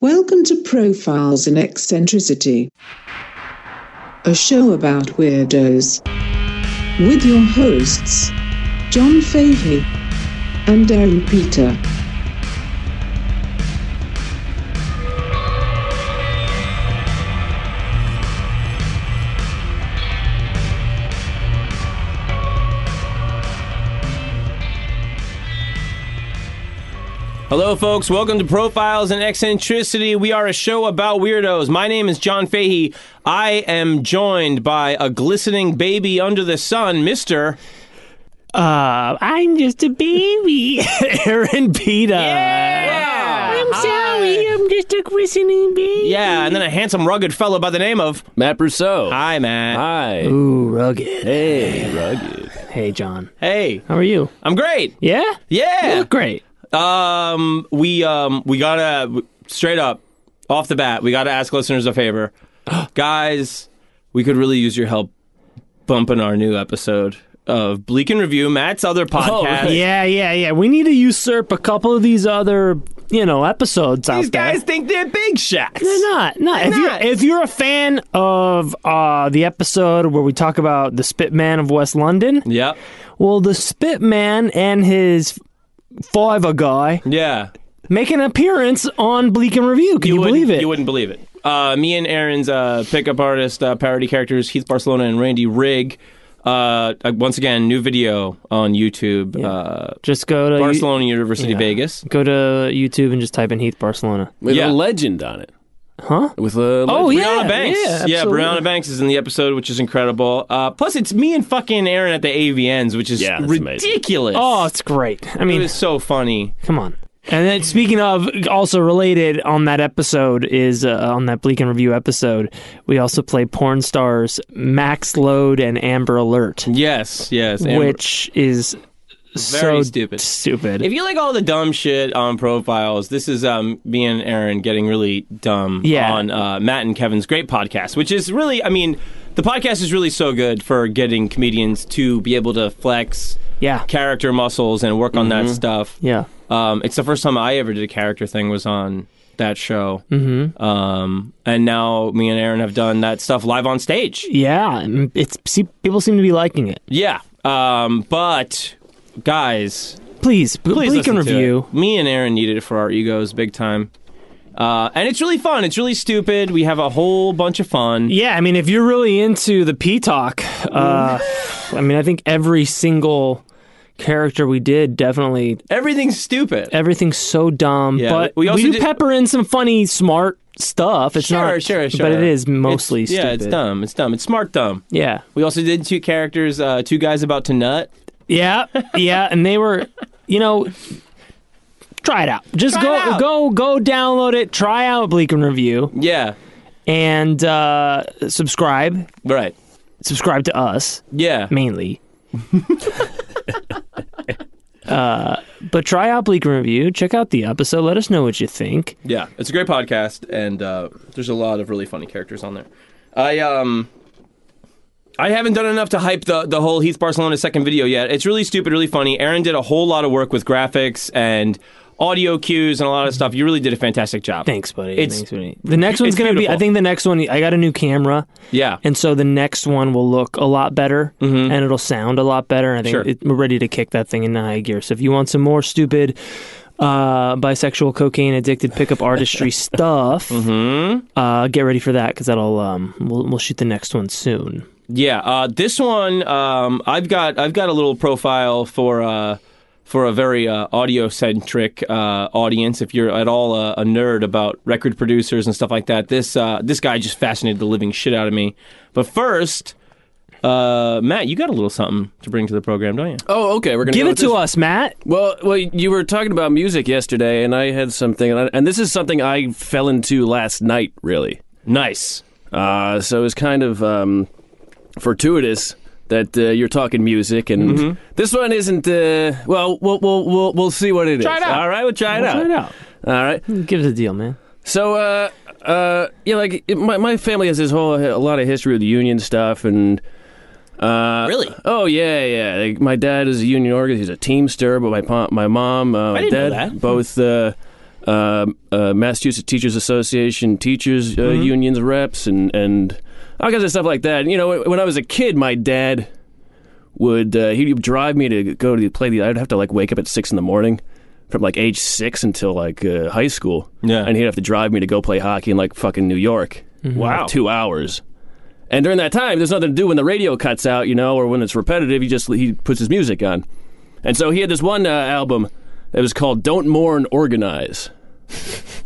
Welcome to Profiles in Eccentricity, a show about weirdos. With your hosts, John Fahey and Darren Peter. Hello, folks. Welcome to Profiles and Eccentricity. We are a show about weirdos. My name is John Fahey. I am joined by a glistening baby under the sun, Mr. Uh, I'm just a baby, Aaron Pita. Yeah! I'm Hi. sorry, I'm just a glistening baby. Yeah, and then a handsome, rugged fellow by the name of. Matt Brousseau. Hi, Matt. Hi. Ooh, rugged. Hey, rugged. Hey, John. Hey, How are you? I'm great. Yeah? You Yeah. look great. Um, we um we gotta straight up off the bat. We gotta ask listeners a favor, guys. We could really use your help bumping our new episode of Bleak and Review, Matt's other podcast. Yeah, yeah, yeah. We need to usurp a couple of these other, you know, episodes These out there. guys think they're big shots. They're not. No, if, not. You're, if you're a fan of uh, the episode where we talk about the Spit Man of West London, Yep. well, the Spit Man and his Fiver guy Yeah. make an appearance on Bleak and Review. Can you, wouldn't- believe it? You wouldn't believe it. Uh, me and Aaron's uh, pickup artist uh, parody characters Heath Barcelona and Randy Rigg. Uh, uh, once again, new video on YouTube. Uh, Just go to Barcelona University Yeah. Vegas. Go to YouTube and just type in Heath Barcelona. With Yeah. a legend on it. Huh? With a legend. Oh, yeah. Brianna Banks. Yeah, absolutely. Brianna Banks is in the episode, which is incredible. Uh, plus, it's me and fucking Aaron at the AVNs, which is Yeah, that's amazing. ridiculous. Oh, it's great. I it mean, was so funny. come on. And then speaking of, also related on that episode is uh, on that Bleak and Review episode, we also play porn stars Max Load and Amber Alert, Yes, yes. Amber- which is so Very stupid. Stupid. If you like all the dumb shit on profiles, this is um, me and Aaron getting really dumb Yeah. on uh, Matt and Kevin's great podcast, which is really, I mean, the podcast is really so good for getting comedians to be able to flex yeah. Mm-hmm. character muscles and work on that stuff. Yeah. Um, it's the first time I ever did a character thing was on that show. Mm-hmm. Um, and now me and Aaron have done that stuff live on stage. Yeah. and It's see, people seem to be liking it. Yeah. Um, but guys, Please, b- please Bleak and listen to Review. it. Me and Aaron needed it for our egos big time. Uh, and it's really fun. It's really stupid. We have a whole bunch of fun. Yeah, I mean, if you're really into the P talk, uh, I mean, I think every single character we did definitely Everything's stupid. everything's so dumb. Yeah, but we we, also do did- pepper in some funny, smart stuff. It's sure, not sure, sure. but it is mostly It's- stupid. Yeah, it's dumb. It's dumb. It's smart dumb. Yeah, We also did two characters, uh, two guys about to nut. yeah, yeah, and they were, you know. Try it out. Just Try go, it out. go, go! Download it. Try out Bleak and Review, Yeah. and uh, subscribe. Right. Subscribe to us. Yeah. mainly. uh, but try out Bleak Review. Check out the episode. Let us know what you think. Yeah, it's a great podcast, and uh, there's a lot of really funny characters on there. I um, I haven't done enough to hype the the whole Heath Barcelona second video yet. It's really stupid, really funny. Aaron did a whole lot of work with graphics and audio cues and a lot of stuff. You really did a fantastic job. Thanks, buddy. It's- Thanks, buddy. The next one's it's gonna be. beautiful. I think the next one. I got a new camera, Yeah, and so the next one will look a lot better, and it'll sound a lot better. I think Sure. it, we're ready to kick that thing into high gear. So if you want some more stupid. Uh, bisexual, cocaine addicted pickup artistry stuff. Uh, get ready for that because that'll um, we'll, we'll shoot the next one soon. yeah. Uh, this one, um, I've got I've got a little profile for. Uh, for a very uh, audio centric uh, audience, if you're at all a, a nerd about record producers and stuff like that, this uh, this guy just fascinated the living shit out of me. But first, uh, Matt, you got a little something to bring to the program, don't you? Oh, okay. We're gonna Give go it with to this. us, Matt. Well, well, you were talking about music yesterday, and I had something, and, I, and this is something I fell into last night, really. Nice. Uh, so it's kind of um, fortuitous that uh, you're talking music, and this one isn't. Uh, well, we'll we'll we'll we'll see what it is. Try it out. All right, we'll try it Try out. it out. All right. Give us a deal, man. So, uh, uh, yeah, like it, my my family has this whole a lot of history with the union stuff, and uh, Really? oh yeah, yeah. Like, my dad is a union organizer; he's a teamster. But my pa- my mom, uh, my didn't know dad, that. Hmm. both uh, uh, uh, Massachusetts Teachers Association teachers uh, Mm-hmm. unions reps and and all kinds of stuff like that. And, you know, when I was a kid, my dad would uh, he'd drive me to go to play the. I'd have to like wake up at six in the morning from like age six until like uh, high school. Yeah. Mm-hmm. and he'd have to drive me to go play hockey in like fucking New York. Wow. Like, two hours. And during that time, there's nothing to do when the radio cuts out, you know, or when it's repetitive. He just he puts his music on, and so he had this one uh, album that was called "Don't Mourn, Organize."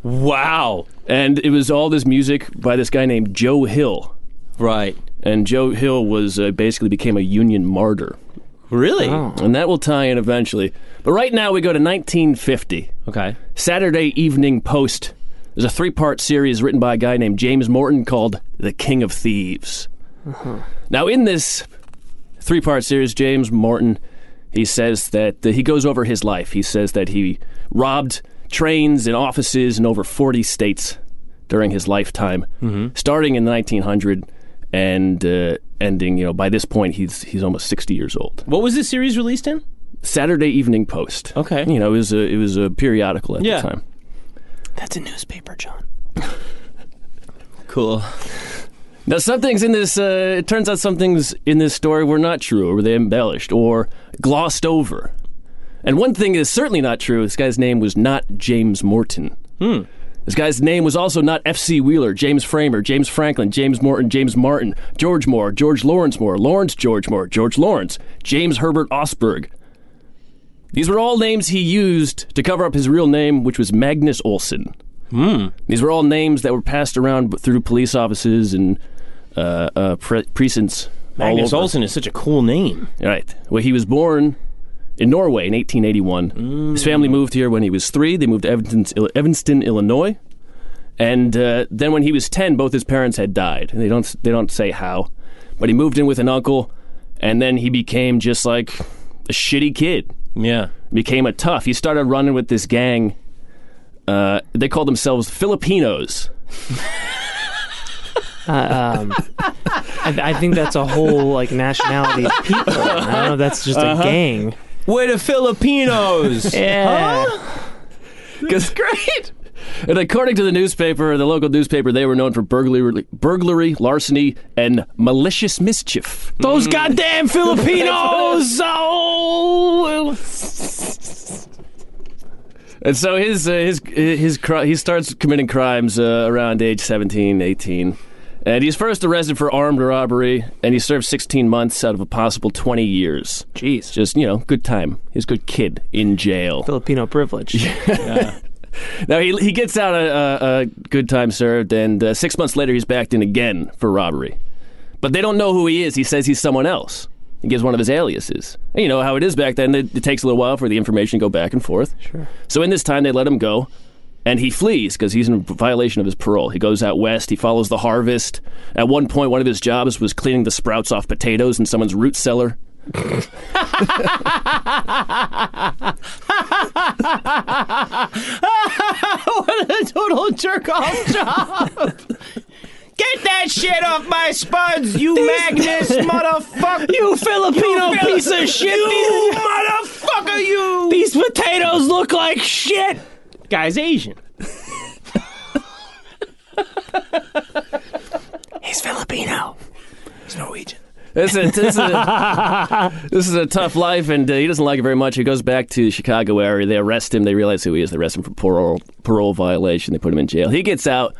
Wow. And it was all this music by this guy named Joe Hill. Right. And Joe Hill was uh, basically became a union martyr. Really? And that will tie in eventually. But right now we go to 1950. Okay. Saturday Evening Post. There's a three part series written by a guy named James Morton called The King of Thieves. Now, in this three part series, James Morton. He says that uh, he goes over his life. He says that he robbed trains and offices in over 40 states during his lifetime, starting in 1900 and uh, ending. You know, by this point, he's he's almost 60 years old. What was this series released in? Saturday Evening Post. Okay. You know, it was a, it was a periodical at Yeah. the time. That's a newspaper, John. Cool. Now, some things in this, uh, it turns out some things in this story were not true, or they embellished, or glossed over. And one thing is certainly not true this guy's name was not James Morton. Hmm. This guy's name was also not F.C. Wheeler, James Framer, James Franklin, James Morton, James Martin, George Moore, George Lawrence Moore, Lawrence George Moore, George Lawrence, James Herbert Osberg. These were all names he used to cover up his real name, which was Magnus Olson. Hmm. These were all names that were passed around through police offices and uh, uh, pre- precincts. all Magnus over. Olsen is such a cool name. Right. Well, he was born in Norway in 1881. His family moved here when he was three. They moved to Evanston, Ill- Evanston Illinois. And uh, then when he was 10, both his parents had died. They don't, they don't say how. But he moved in with an uncle, and then he became just like a shitty kid. Yeah. Became a tough. He started running with this gang. Uh, they called themselves Filipinos. Uh, um, I, I think that's a whole like nationality of people. I don't know. if That's just a gang. Way to Filipinos. Yeah. That's great. And according to the newspaper, the local newspaper, they were known for burglary, burglary larceny, and malicious mischief. Those goddamn Filipinos! oh! And so his uh, his his cri- he starts committing crimes uh, around age 17, 18. And he's first arrested for armed robbery, and he served 16 months out of a possible 20 years. Jeez. Just, you know, good time. He's a good kid in jail. Filipino privilege. Now he he gets out a, a, a good time served, and uh, six months later he's backed in again for robbery. But they don't know who he is. He says he's someone else. He gives one of his aliases. And you know how it is back then. It, it takes a little while for the information to go back and forth. Sure. So in this time they let him go, and he flees because he's in violation of his parole. He goes out west. He follows the harvest. At one point, one of his jobs was cleaning the sprouts off potatoes in someone's root cellar. a total jerk off job. Get that shit off my spuds, you Magnus motherfucker! You Filipino You Fili- piece of shit! You These- motherfucker, you! These potatoes look like shit! guy's Asian. He's Filipino. He's Norwegian. This is, this, is a, this is a tough life, and uh, he doesn't like it very much. He goes back to the Chicago area. They arrest him. They realize who he is. They arrest him for parole, parole violation. They put him in jail. He gets out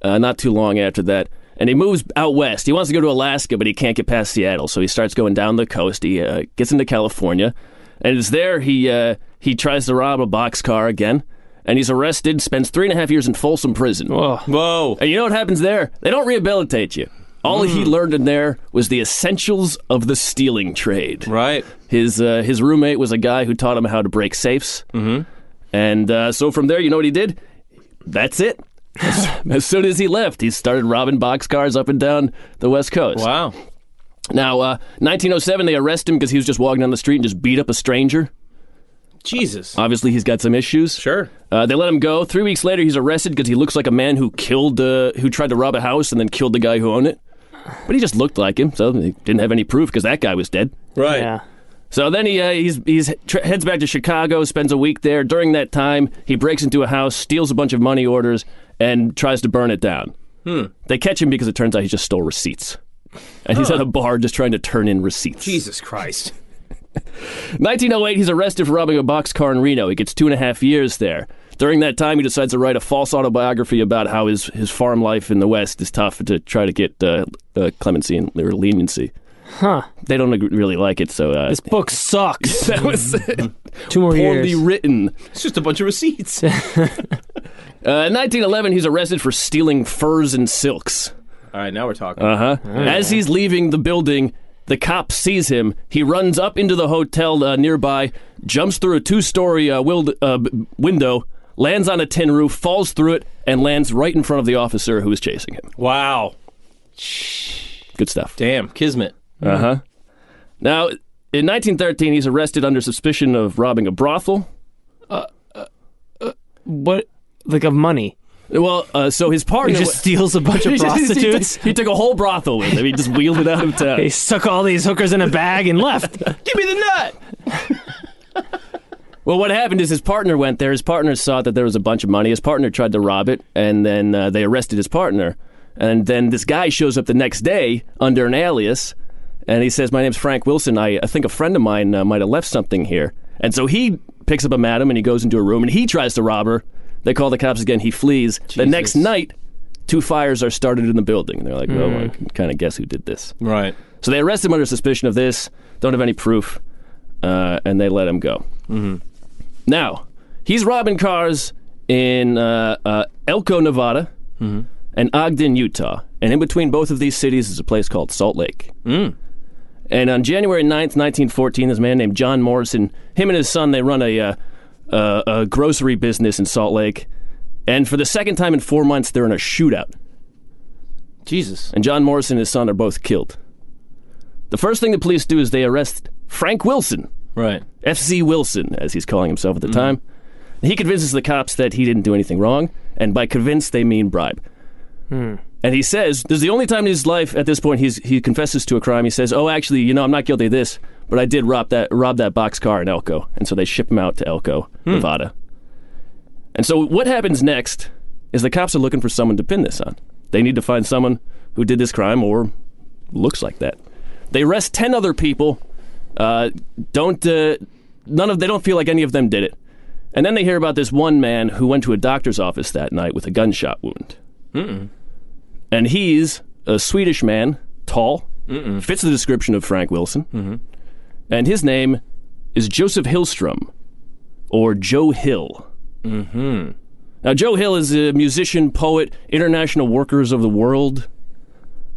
uh, not too long after that, and he moves out west. He wants to go to Alaska, but he can't get past Seattle, so he starts going down the coast. He uh, gets into California, and it's there he uh, he tries to rob a boxcar again, and he's arrested. Spends three and a half years in Folsom Prison. Whoa. And you know what happens there? They don't rehabilitate you. All he Hmm. learned in there was the essentials of the stealing trade. Right. His uh, his roommate was a guy who taught him how to break safes. Mm-hmm. And uh, so from there, you know what he did? That's it. as soon as he left, he started robbing boxcars up and down the West Coast. Wow. Now, uh, 1907, they arrest him because he was just walking down the street and just beat up a stranger. Jesus. Obviously, he's got some issues. Uh, Sure. Uh, they let him go. Three weeks later, he's arrested because he looks like a man who killed, uh, who tried to rob a house and then killed the guy who owned it. But he just looked like him, so they didn't have any proof because that guy was dead. Right. Yeah. So then he uh, he's, he's tr- heads back to Chicago, spends a week there. During that time, he breaks into a house, steals a bunch of money orders, and tries to burn it down. They catch him because it turns out he just stole receipts, and he's at a bar just trying to turn in receipts. Jesus Christ. 1908, he's arrested for robbing a boxcar in Reno. He gets two and a half years there. During that time, he decides to write a false autobiography about how his, his farm life in the West is tough to try to get uh, uh, clemency and or leniency. Huh. They don't ag- really like it, so uh, This book sucks. that was Two more poorly years. written. It's just a bunch of receipts. Uh, in 1911, he's arrested for stealing furs and silks. All right, now we're talking. Uh huh. As he's leaving the building, the cop sees him. He runs up into the hotel uh, nearby, jumps through a two story uh, wild, uh, b- window, lands on a tin roof, falls through it, and lands right in front of the officer who is chasing him. wow. Good stuff. Damn, kismet. Uh huh. Now, in 1913, he's arrested under suspicion of robbing a brothel. What? Like of money. Well, uh, so his He partner. just steals a bunch of He just- he took- prostitutes. He took a whole brothel with him. He just wheeled it out of town. They stuck all these hookers in a bag and left. Give me the nut. Well, what happened is his partner went there. His partner saw that there was a bunch of money. His partner tried to rob it, and then uh, they arrested his partner. And then this guy shows up the next day under an alias, and he says, "My name's Frank Wilson. I, I think a friend of mine uh, might have left something here." And so he picks up a madam and he goes into a room and he tries to rob her. They call the cops again. He flees. The next night, two fires are started in the building. And they're like, "Well, I can kind of guess who did this." Right. So they arrest him under suspicion of this, don't have any proof, uh, and they let him go. Now, he's robbing cars in uh, uh, Elko, Nevada, and Ogden, Utah. And in between both of these cities is a place called Salt Lake. And on January 9th, 1914, this man named John Morrison, him and his son, they run a, uh, uh, a grocery business in Salt Lake. And for the second time in four months, they're in a shootout Jesus. and John Morrison and his son are both killed. The first thing the police do is they arrest Frank Wilson, Right. FC Wilson, as he's calling himself at the time. He convinces the cops that he didn't do anything wrong, and by convince, they mean bribe. And he says, this is the only time in his life at this point he's, he confesses to a crime. He says, oh, actually, you know, I'm not guilty of this, but I did rob that, rob that boxcar in Elko. And so they ship him out to Elko, Nevada. And so what happens next is the cops are looking for someone to pin this on. They need to find someone who did this crime or looks like that. They arrest 10 other people. Uh, don't, uh, none of, they don't feel like any of them did it. And then they hear about this one man who went to a doctor's office that night with a gunshot wound and he's a Swedish man, tall, fits the description of Frank Wilson, and his name is Joseph Hillstrom, or Joe Hill. Mm-hmm. Now, Joe Hill is a musician, poet, international workers of the world,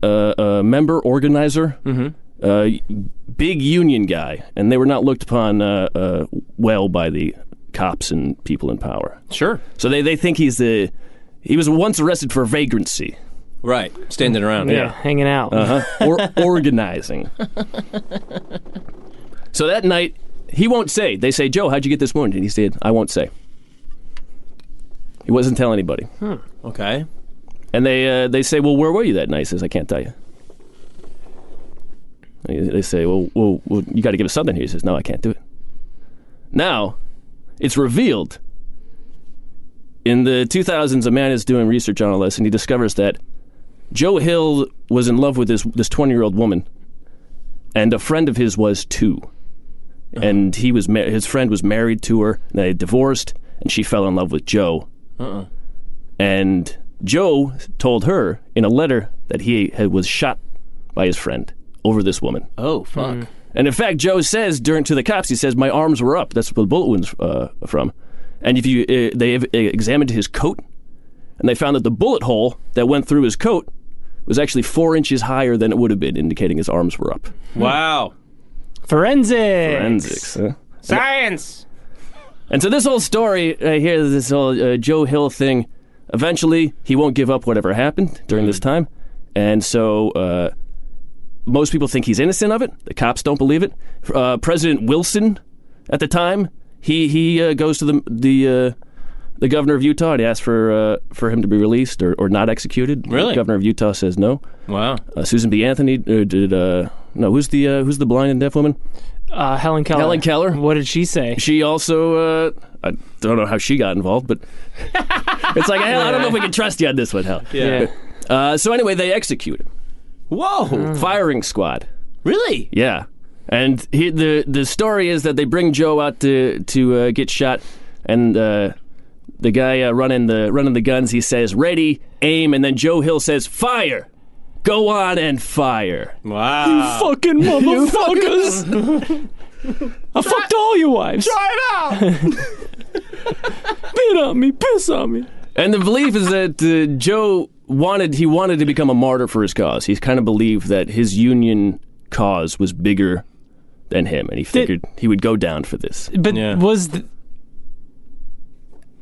uh, uh, member, organizer, uh, big union guy, and they were not looked upon uh, uh, well by the cops and people in power. Sure. So they, they think he's the he was once arrested for vagrancy. Right. Standing around. Yeah, hanging out. Uh-huh. or organizing. so that night, he won't say. They say, Joe, how'd you get this wound? And he said, I won't say. He wasn't telling anybody. Okay. And they uh, they say, well, where were you that night? He says, I can't tell you. And They say, well, well, well you got to give us something here. He says, no, I can't do it. Now, it's revealed. In the 2000s, a man is doing research on all this, and he discovers that Joe Hill was in love with this this 20 year old woman, and a friend of his was too. And he was ma- his friend was married to her, and they divorced, and she fell in love with Joe. And Joe told her in a letter that he had, was shot by his friend over this woman. Oh fuck. Mm. And in fact, Joe says during to the cops, he says, "My arms were up. That's where the bullet wounds uh, are from." And if you, uh, they have uh, examined his coat, and they found that the bullet hole that went through his coat was actually four inches higher than it would have been, indicating his arms were up. Wow. Forensics. Forensics. huh? Science. And so this whole story right here, this whole uh, Joe Hill thing, eventually he won't give up whatever happened during Mm. this time, and so uh, most people think he's innocent of it. The cops don't believe it. Uh, President Wilson, at the time, he he uh, goes to the the. Uh, the governor of Utah and he asks for uh, for him to be released or, or not executed. Really? The governor of Utah says no. Wow. Uh, Susan B. Anthony uh, did uh, no. Who's the uh, who's the blind and deaf woman? Uh, Helen Keller. Helen Keller? What did she say? She also, uh, I don't know how she got involved, but it's like, I, I don't know if we can trust you on this one, Hal. Yeah. Uh, so anyway, they execute him. Whoa. Firing squad. Really? Yeah. And he, the the story is that they bring Joe out to to uh, get shot, and uh, the guy uh, running the running the guns, he says, "Ready, aim," and then Joe Hill says, "Fire, go on and fire." Wow. fucking motherfuckers! I fucked all your wives. Spit on me, piss on me. And the belief is that uh, Joe wanted he wanted to become a martyr for his cause. He kind of believed that his union cause was bigger than him, and he figured he would go down for this. But Yeah. was the,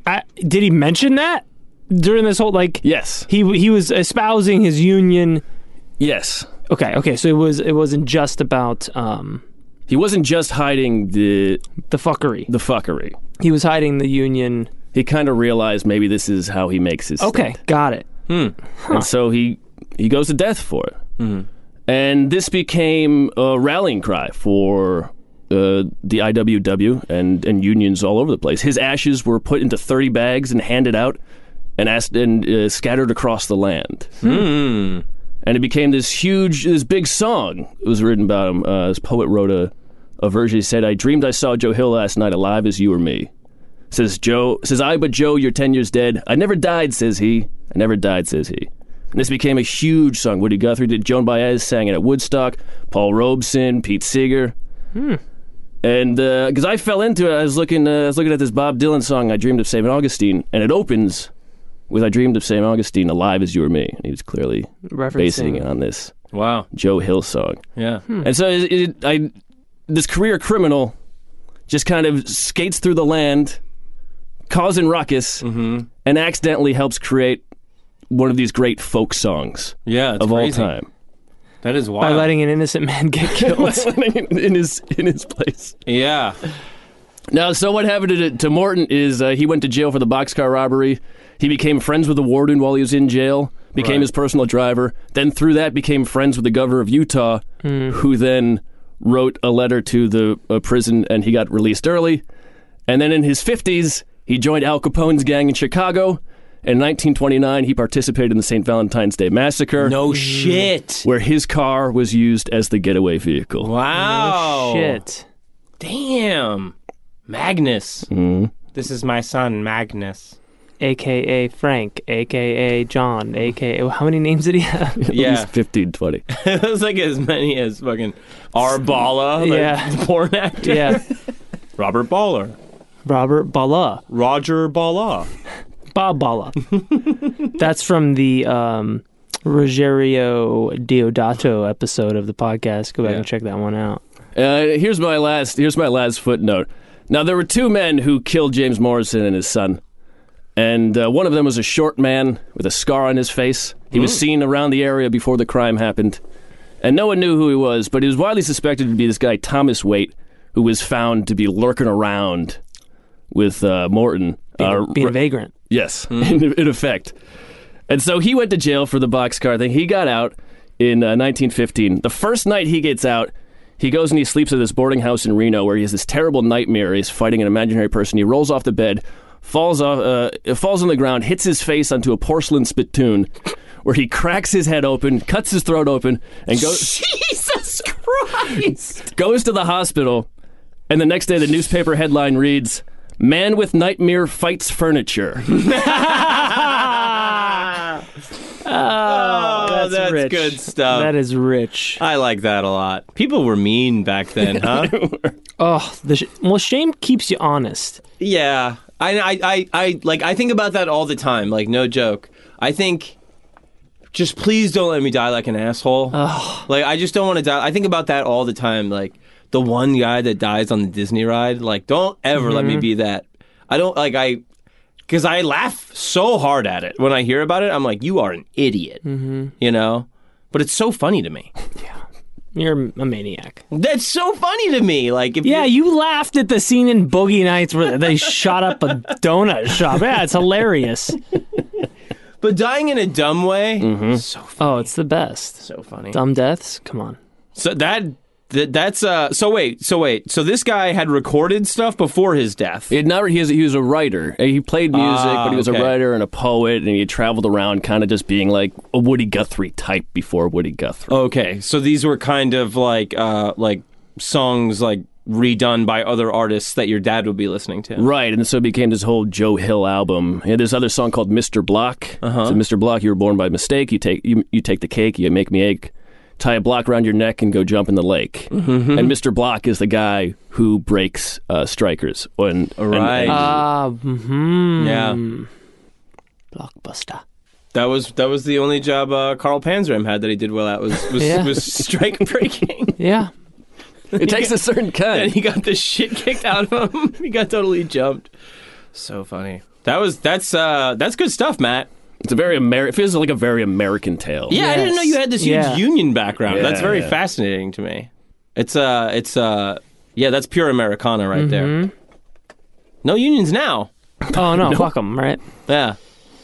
I, did he mention that during this whole like Yes, he he was espousing his union? yes. Okay, okay. So it was it wasn't just about um He wasn't just hiding the the fuckery. the fuckery. He was hiding the union. he kind of realized maybe this is how he makes his Okay, stand. got it. and so he he goes to death for it and this became a rallying cry for uh, the IWW and and unions all over the place his ashes were put into 30 bags and handed out and asked and uh, scattered across the land and it became this huge this big song it was written about him uh, this poet wrote a a verse he said I dreamed I saw Joe Hill last night alive as you or me Says Joe, says I, but Joe, you're 10 years dead. I never died, says he. I never died, says he. And this became a huge song. Woody Guthrie did Joan Baez, sang it at Woodstock, Paul Robeson, Pete Seeger. And because I fell into it, I was looking, uh, I was looking at this Bob Dylan song, "I Dreamed of St. Augustine," and it opens with "I Dreamed of St. Augustine, alive as you or me." And he was clearly Referencing. basing it on this Wow. Joe Hill song. Yeah. Hmm. And so it, it, I, this career criminal just kind of skates through the land, causing ruckus, and accidentally helps create one of these great folk songs Yeah. it's of crazy. all time. That is wild. By letting an innocent man get killed. in his in his place. yeah. Now, so what happened to, to Morton is uh, he went to jail for the boxcar robbery. He became friends with the warden while he was in jail, became Right. his personal driver. Then, through that, became friends with the governor of Utah, Hmm. who then wrote a letter to the uh, prison and he got released early. And then in his 50s, he joined Al Capone's gang in Chicago. In 1929, he participated in the St. Valentine's Day Massacre, Mm. No shit. where his car was used as the getaway vehicle. Wow. Shit. Damn. Magnus. This is my son, Magnus. AKA Frank, AKA John, AKA how many names did he have? Yeah. 15, 20. it was like as many as fucking Arbala, the Yeah. porn actor. yeah. Robert Baller. Robert Bala. Roger Bala. Bob Bala. That's from the um, Rogerio Diodato episode of the podcast. Go back Yeah. and check that one out. Uh, here's my last. Here's my last footnote. Now there were two men who killed James Morrison and his son, and uh, one of them was a short man with a scar on his face. He Hmm. was seen around the area before the crime happened, and no one knew who he was. But he was widely suspected to be this guy Thomas Waite, who was found to be lurking around with uh, Morton. uh, Being r- vagrant. Yes, Hmm. in, in effect. And so he went to jail for the boxcar thing. He got out in uh, 1915. The first night he gets out, he goes and he sleeps at this boarding house in Reno where he has this terrible nightmare. He's fighting an imaginary person. He rolls off the bed, falls off, uh, falls on the ground, hits his face onto a porcelain spittoon, where he cracks his head open, cuts his throat open, and goes Jesus Christ. goes to the hospital. And the next day, the newspaper headline reads. Man with nightmare fights furniture. Oh, that's, Uh, rich. good stuff. that is rich. I like that a lot. People were mean back then, huh? Oh, the sh- well, shame keeps you honest. Yeah, I, I, I, I, like, I think about that all the time. Like, no joke. I think, just please don't let me die like an asshole. Like, I just don't want to die. I think about that all the time. Like, the one guy that dies on the Disney ride. Like, don't ever let me be that. I don't like I, because I laugh so hard at it when I hear about it. I'm like, you are an idiot. You know. But it's so funny to me. You're a maniac. That's so funny to me. Like, if Yeah, you, you laughed at the scene in Boogie Nights where they shot up a donut shop. Yeah, it's hilarious. but dying in a dumb way, so Oh, it's the best. so funny. Dumb deaths? Come on. So that Th- that's uh. So wait. So wait. So this guy had recorded stuff before his death. It not he, is, he was a writer. Uh, He played music, Ah, but he was okay. a writer and a poet, and he traveled around, kind of just being like a Woody Guthrie type before Woody Oh. Guthrie. okay. So these were kind of like uh like songs like redone by other artists that your dad would be listening to. Right, and so it became this whole Joe Hill album. He had this other song called "Mr. Block." Uh-huh. So "Mr. Block," you were born by mistake. You take you, you take the cake. You make me ache. Tie a block around your neck and go jump in the lake. Mm-hmm. And Mr. Block is the guy who breaks uh, strikers. And, and- Right. and- Uh, Ah, mm-hmm. hmm Yeah. Blockbuster. That was that was the only job uh, Carl Panzram had that he did well at was was, Yeah. was strike breaking. Yeah. it takes a certain and kind. he got the shit kicked out of him. he got totally jumped. So funny. That was that's uh that's good stuff, Matt. It's a very American. It feels like a very American tale. Yeah, I didn't Yes. know you had this huge Yeah. union background. Yeah, that's very yeah. fascinating to me. It's uh it's uh yeah, that's pure Americana right Mm-hmm. there. No unions now. Oh no, fuck 'em, right? Yeah.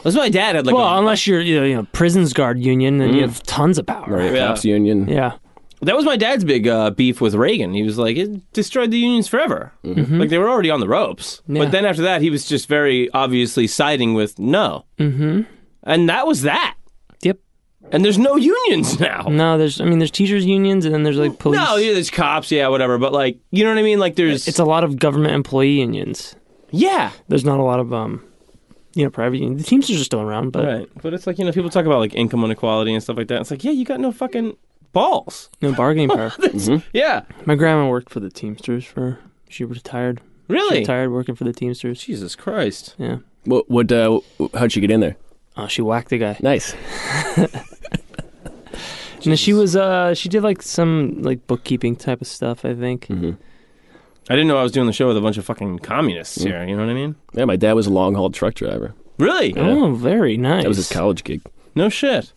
That's why my dad had like Well, a- unless you're you know, you know prisons guard union, then you have tons of power. Mm. Right, Yeah. Cops Union. Yeah. That was my dad's big uh, beef with Reagan. He was like, it destroyed the unions forever. Like they were already on the ropes. Mm-hmm. Yeah. But then after that, he was just very obviously siding with no. Mm-hmm. And that was that. Yep. And there's no unions now. No, there's I mean there's teachers unions and then there's like police. No, yeah, there's cops, yeah, whatever. But like, you know what I mean? Like there's It's a lot of government employee unions. yeah, There's not a lot of um you know private unions. The Teamsters are still around, but right. But it's like you know people talk about like income inequality and stuff like that. It's like yeah, you got no fucking balls. no bargaining power. Yeah, My grandma worked for the Teamsters for she retired. She really. retired working for the Teamsters. Jesus Christ. Yeah. What? What? Uh, how'd she get in there? Oh, she whacked the guy. Nice. No, she was uh she did like some like bookkeeping type of stuff, I think. Mm-hmm. I didn't know I was doing the show with a bunch of fucking communists here. You know what I mean? Yeah, my dad was a long haul truck driver. Really? Oh, very nice. That was his college gig. No shit.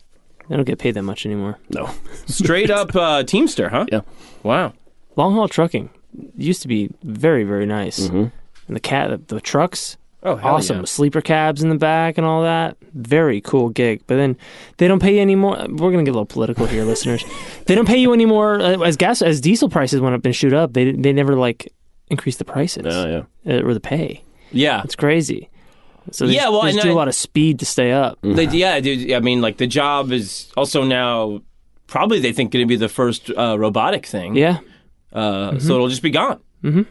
I don't get paid that much anymore. No. Straight up uh, Teamster, huh? Yeah. Wow. Long haul trucking used to be very very nice, and the cat the trucks. Oh, hell awesome yeah. sleeper cabs in the back and all that. Very cool gig. But then they don't pay you anymore. We're gonna get a little political here, listeners. They don't pay you anymore uh, as gas as diesel prices went up and shoot up. They they never like increased the prices Oh, yeah. uh, or the pay. Yeah. It's crazy. So they Yeah, just, well, they just and do a I- lot of speed to stay up. They, yeah, dude. I mean, like the job is also now probably they think going to be the first uh, robotic thing. Yeah, Uh, So it'll just be gone. Mm-hmm.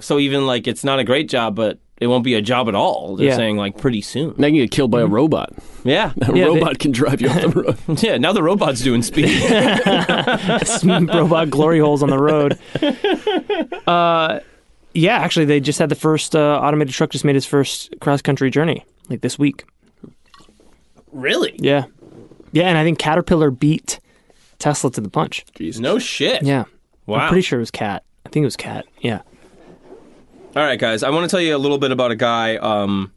So even like it's not a great job, but it won't be a job at all. They're Yeah. saying like pretty soon. Now you can get killed by a robot. Yeah. A Yeah, they- robot can drive you off the road. yeah. Now the robot's doing speed. robot glory holes on the road. Uh, yeah, actually, they just had the first uh, automated truck just made its first cross country journey like this week. really? Yeah, yeah, and I think Caterpillar beat Tesla to the punch. Jesus. No shit. Yeah, Wow. I'm pretty sure it was Cat. I think it was Cat. Yeah, All right, guys. I want to tell you a little bit about a guy. Um,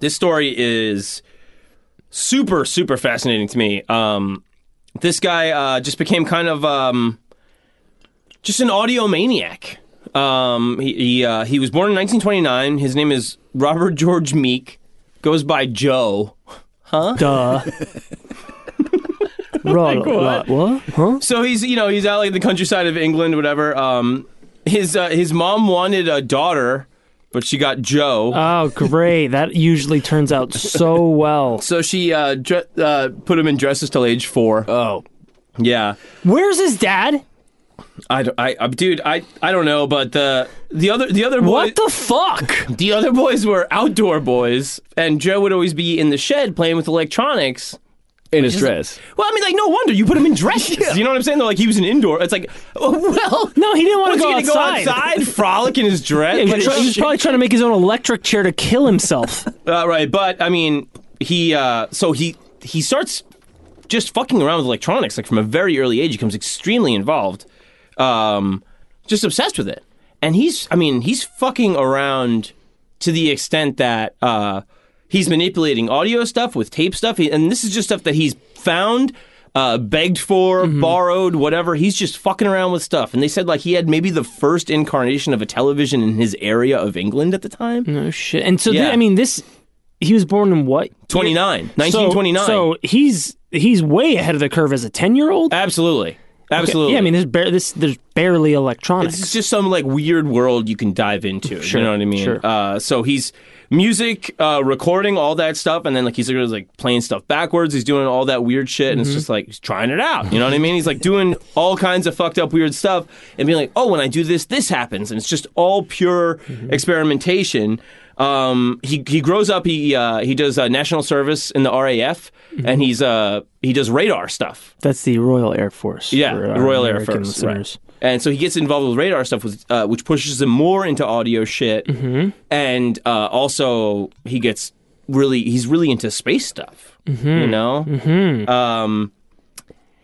this story is super, super fascinating to me. Um, this guy uh, just became kind of um, just an audio maniac. Um, he he, uh, he was born in 1929. His name is Robert George Meek. Goes by Joe. duh. Roll, what? what? Huh? So he's you know he's out like in the countryside of England, whatever. Um, his uh, his mom wanted a daughter, but she got Joe. Oh, great! That usually turns out so well. So she uh, dre- uh, put him in dresses till age four. Uh, Oh. yeah, Where's his dad? I, don't- I, I, dude, I, I don't know, but the the other the other boy, What the fuck? the other boys were outdoor boys, and Joe would always be in the shed playing with electronics. In his dress. Well, I mean, like no wonder you put him in dresses. You know what I'm saying? They're like he was an indoor. It's like, well, No, he didn't want to was he go gonna outside. go outside, frolic in his dress? He Like, was, try- he was probably trying to make his own electric chair to kill himself. Uh, right, but I mean, he uh, so he he starts just fucking around with electronics like from a very early age. He becomes extremely involved, um, just obsessed with it. And he's, I mean, he's fucking around to the extent that uh, he's manipulating audio stuff with tape stuff, He- and this is just stuff that he's found. Uh, begged for, borrowed, whatever. He's just fucking around with stuff. And they said, like, he had maybe the first incarnation of a television in his area of England at the time. no shit. And so, thi- Oh, Yeah. I mean, this. He was born in what? 29, So- 1929. So, he's he's way ahead of the curve as a ten year old. Absolutely. Absolutely. Yeah, I mean, there's, bar- this, there's barely electronics. It's just some like weird world you can dive into. Sure, You know what I mean? sure. Uh, so he's music, uh, recording all that stuff, and then like he's like, like, playing stuff backwards. He's doing all that weird shit, and Mm-hmm. it's just like he's trying it out. You know what I mean? He's like doing all kinds of fucked up weird stuff, and being like, oh, when I do this, this happens, and it's just all pure Mm-hmm. experimentation. Um, he he grows up. He uh, he does uh, national service in the RAF, Mm-hmm. and he's uh he does radar stuff. That's the Royal Air Force. Yeah, for the our Royal Air American Force, listeners. right. And so he gets involved with radar stuff, with, uh, which pushes him more into audio shit. Mm-hmm. And uh, also, he gets really he's really into space stuff. You know, mm-hmm. um,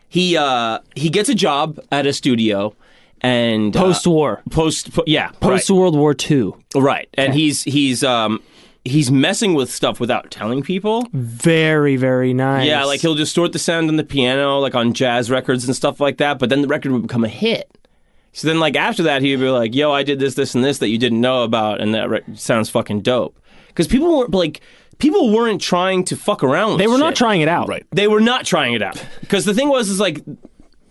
he uh, he gets a job at a studio and uh, Post war, post po- yeah right. post World War II. right. and he's he's um, he's messing with stuff without telling people. Very, very nice. Yeah, like he'll distort the sound on the piano, like on jazz records and stuff like that. But then the record would become a hit. So then, like after that, he'd be like, "Yo, I did this, this, and this that you didn't know about, and that re- sounds fucking dope." Because people weren't like, people weren't trying to fuck around. With They were not shit. trying it out. Right. They were not trying it out. Because the thing was, is like.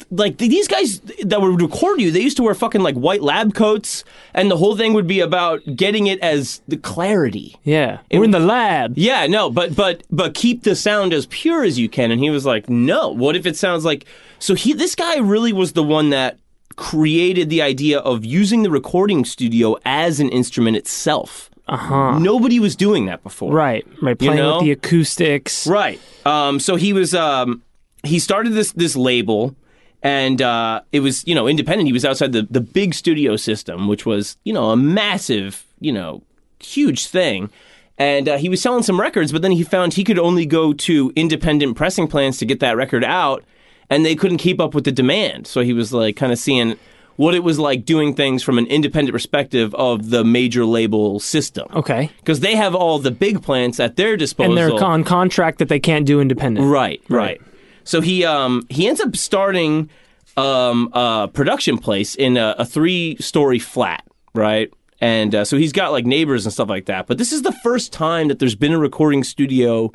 Like th- these guys that would record you, they used to wear fucking like white lab coats, and the whole thing would be about getting it as the clarity. Yeah. we're in the lab. Yeah, no, but but but keep the sound as pure as you can. And he was like, no. What if it sounds like? So he, this guy, really was the one that created the idea of using the recording studio as an instrument itself. Uh huh. Nobody was doing that before. Right. Right. Playing know? with the acoustics. Right. Um, so he was um, he started this this label, and uh, it was you know independent. He was outside the the big studio system, which was you know a massive you know huge thing. And uh, he was selling some records, but then he found he could only go to independent pressing plants to get that record out, and they couldn't keep up with the demand. So he was like kind of seeing what it was like doing things from an independent perspective of the major label system. Okay. Because they have all the big plants at their disposal. And they're on contract that they can't do independent. Right, right. So he um he ends up starting um a production place in a, a three story flat, right? And uh, so he's got like neighbors and stuff like that. But this is the first time that there's been a recording studio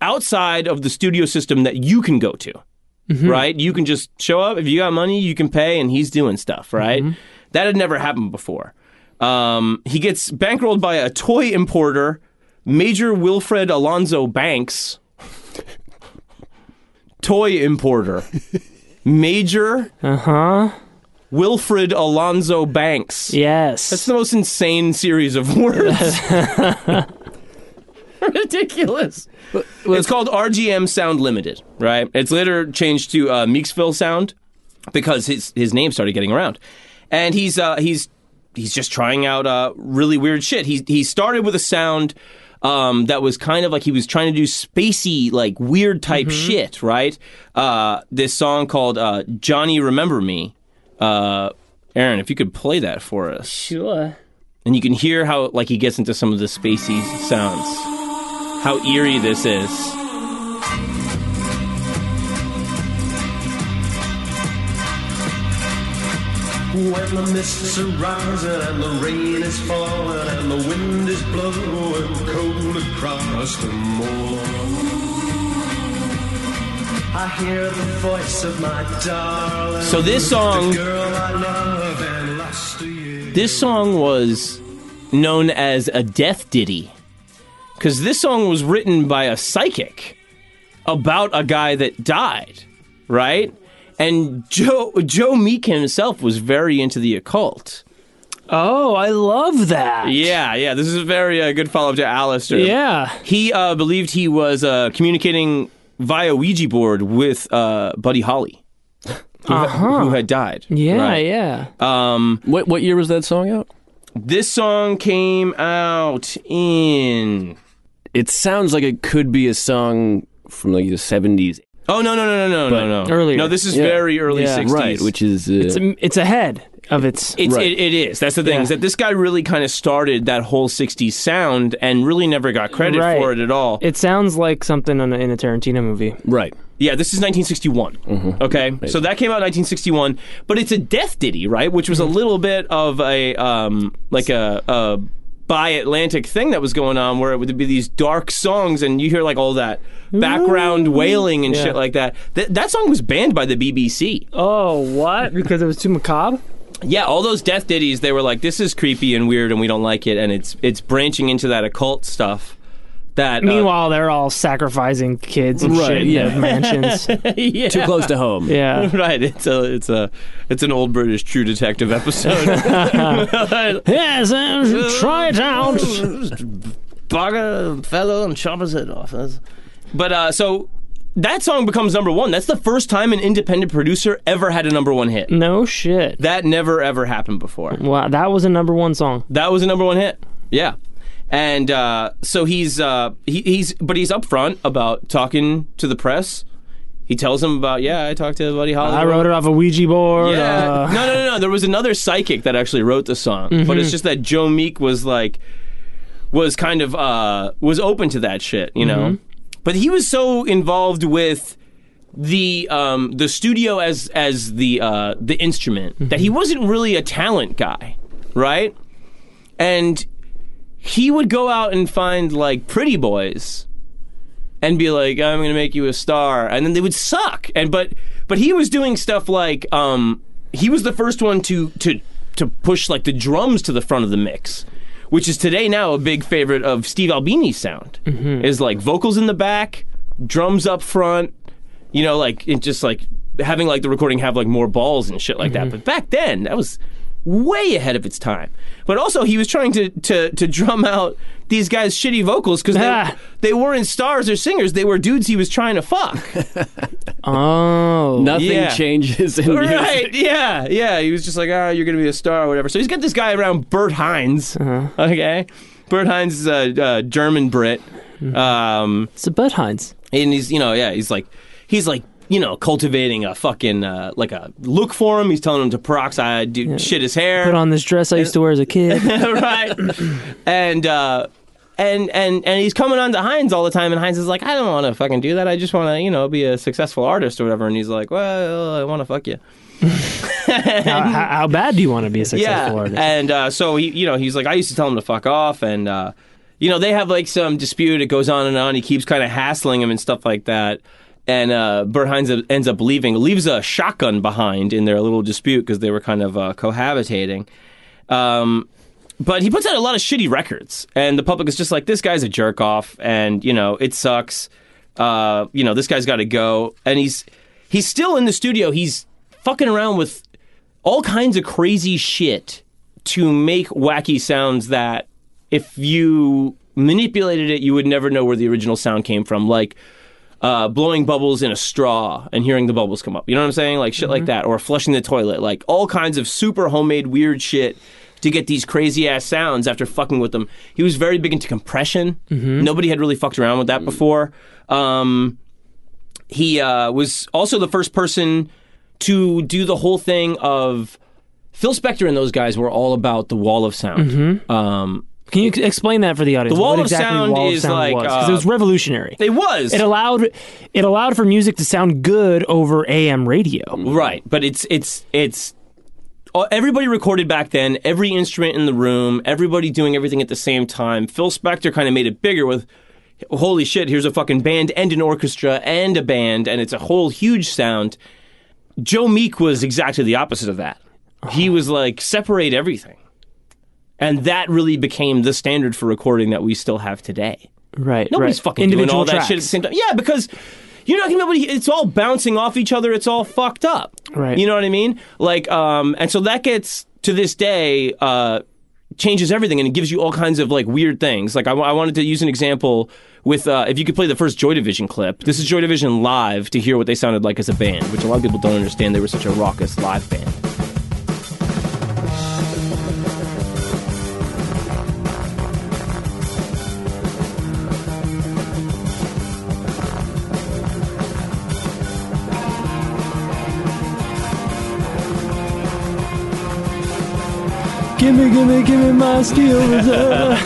outside of the studio system that you can go to, right? You can just show up if you got money, you can pay, and he's doing stuff, right? That had never happened before. Um, he gets bankrolled by a toy importer, Major Wilfred Alonzo Banks toy importer, Major Uh huh. Wilfred Alonzo Banks. Yes. That's the most insane series of words. Ridiculous. it's called RGM Sound Limited, right? It's later changed to uh, Meeksville Sound because his his name started getting around, and he's uh, he's he's just trying out uh, really weird shit. He he started with a sound. Um, that was kind of like he was trying to do spacey, like weird type shit, right? Uh, this song called uh, "Johnny Remember Me." Uh, Aaron, if you could play that for us sure. and you can hear how like he gets into some of the spacey sounds how eerie this is When the mists are rising and the rain is falling and the wind is blowing cold across the moor. I hear the voice of my darling. so this song the girl I love and lost a year. this song was known as a death ditty because this song was written by a psychic about a guy that died right and joe joe meek himself was very into the occult Oh, I love that. yeah yeah this is a very uh, good follow-up to Alistair. Yeah. he uh, believed he was uh, communicating via Ouija board with uh, Buddy Holly, who, who had died. Uh-huh. Yeah. Right. Yeah. What what year was that song out? This song came out in. It sounds like it could be a song from like the seventies, Oh no no no no no no no earlier. No, this is Yeah. very early Yeah. '60s. right? Which is uh, It's, it's ahead of its. It's, Right. it, it is. That's the thing is that this guy really kind of started that whole '60s sound and really never got credit Right. for it at all. It sounds like something on a, in a Tarantino movie. right. Yeah, this is 1961. Mm-hmm. Okay, so that came out in 1961, Mm-hmm. but it's a death ditty, right? Which was a little bit of a um, like a, a bi Atlantic thing that was going on where it would be these dark songs and you hear like all that background wailing and Yeah. shit like that. Th- that song was banned by the BBC. Oh, what? Because it was too macabre? Yeah, all those death ditties, they were like, this is creepy and weird and we don't like it. And it's it's branching into that occult stuff that. uh, Meanwhile, they're all sacrificing kids and Right, shit in yeah. their mansions. yeah. Too close to home. Yeah. Right, it's a, it's a, it's an old British True Detective episode. Yes, and try it out. bugger fellow and chop his head off. That's- But uh, so that song becomes number one. That's the first time an independent producer ever had a number one hit. No shit. That never ever happened before. Wow, that was a number one song. That was a number one hit. Yeah. And uh, so he's uh, he, he's but he's upfront about talking to the press. He tells them about yeah, I talked to Buddy Holly. I wrote it off a Ouija board. Yeah. uh, No, no, no, no. There was another psychic that actually wrote the song, but it's just that Joe Meek was like, was kind of uh was open to that shit, you know. But he was so involved with the um the studio as as the uh the instrument that he wasn't really a talent guy, right? And he would go out and find like pretty boys and be like, "I'm going to make you a star," and then they would suck. And but but he was doing stuff like um, he was the first one to to to push like the drums to the front of the mix, which is today now a big favorite of Steve Albini's sound. Is like vocals in the back, drums up front. You know, like it just like having like the recording have like more balls and shit like that. But back then, that was way ahead of its time. But also, he was trying to to to drum out these guys' shitty vocals because Ah. they weren't stars or singers. They were dudes he was trying to fuck. Oh. Nothing Yeah. changes in music. right? Yeah, yeah. He was just like, ah, you're gonna be a star, or whatever. So he's got this guy around, Bert Hines. Okay, Bert Hines is a, a German Brit, um, It's a Bud Hines. and he's you know yeah he's like he's like you know cultivating a fucking uh, like a look for him. He's telling him to peroxide, do shit his hair, Put on this dress I used to wear as a kid. right? and uh, and and and he's coming on to Heinz all the time, and Heinz is like, I don't want to fucking do that. I just want to, you know, be a successful artist or whatever. And he's like, Well, I want to fuck you. how, how- how bad do you want to be a Yeah. successful artist? And uh, so he, you know, he's like, I used to tell him to fuck off, and uh, you know, they have like some dispute. It goes on and on. He keeps kind of hassling him and stuff like that. And uh, Bert Heinz ends up leaving, leaves a shotgun behind in their little dispute because they were kind of uh, cohabitating. Um, but he puts out a lot of shitty records, and the public is just like, this guy's a jerk off, and you know, it sucks. Uh, you know, this guy's got to go, and he's he's still in the studio. He's fucking around with all kinds of crazy shit to make wacky sounds that if you manipulated it, you would never know where the original sound came from. Like uh, blowing bubbles in a straw and hearing the bubbles come up. You know what I'm saying? Like shit like that, or flushing the toilet. Like all kinds of super homemade weird shit to get these crazy ass sounds after fucking with them. He was very big into compression. Nobody had really fucked around with that before. Um, he uh, was also the first person to do the whole thing of Phil Spector and those guys were all about the wall of sound. Um, Can you explain that for the audience? The wall what of exactly sound wall of is sound like, was? 'Cause it uh, was revolutionary. it was It allowed it allowed for music to sound good over AM radio. Right, but it's it's it's uh, everybody recorded back then. Every instrument in the room, everybody doing everything at the same time. Phil Spector kind of made it bigger with, holy shit, here's a fucking band and an orchestra and a band, and it's a whole huge sound. Joe Meek was exactly the opposite of that. He was like separate everything, and that really became the standard for recording that we still have today. Right. Nobody's right. fucking Individual doing all tracks. that shit at the same time. Yeah, because you're not gonna be able to. It's all bouncing off each other. It's all fucked up. Right. You know what I mean? Like, um, and so that gets to this day uh, changes everything, and it gives you all kinds of like weird things. Like, I, I wanted to use an example with uh, if you could play the first Joy Division clip. This is Joy Division live to hear what they sounded like as a band, which a lot of people don't understand. They were such a raucous live band. Gimme, gimme, gimme my steel reserve.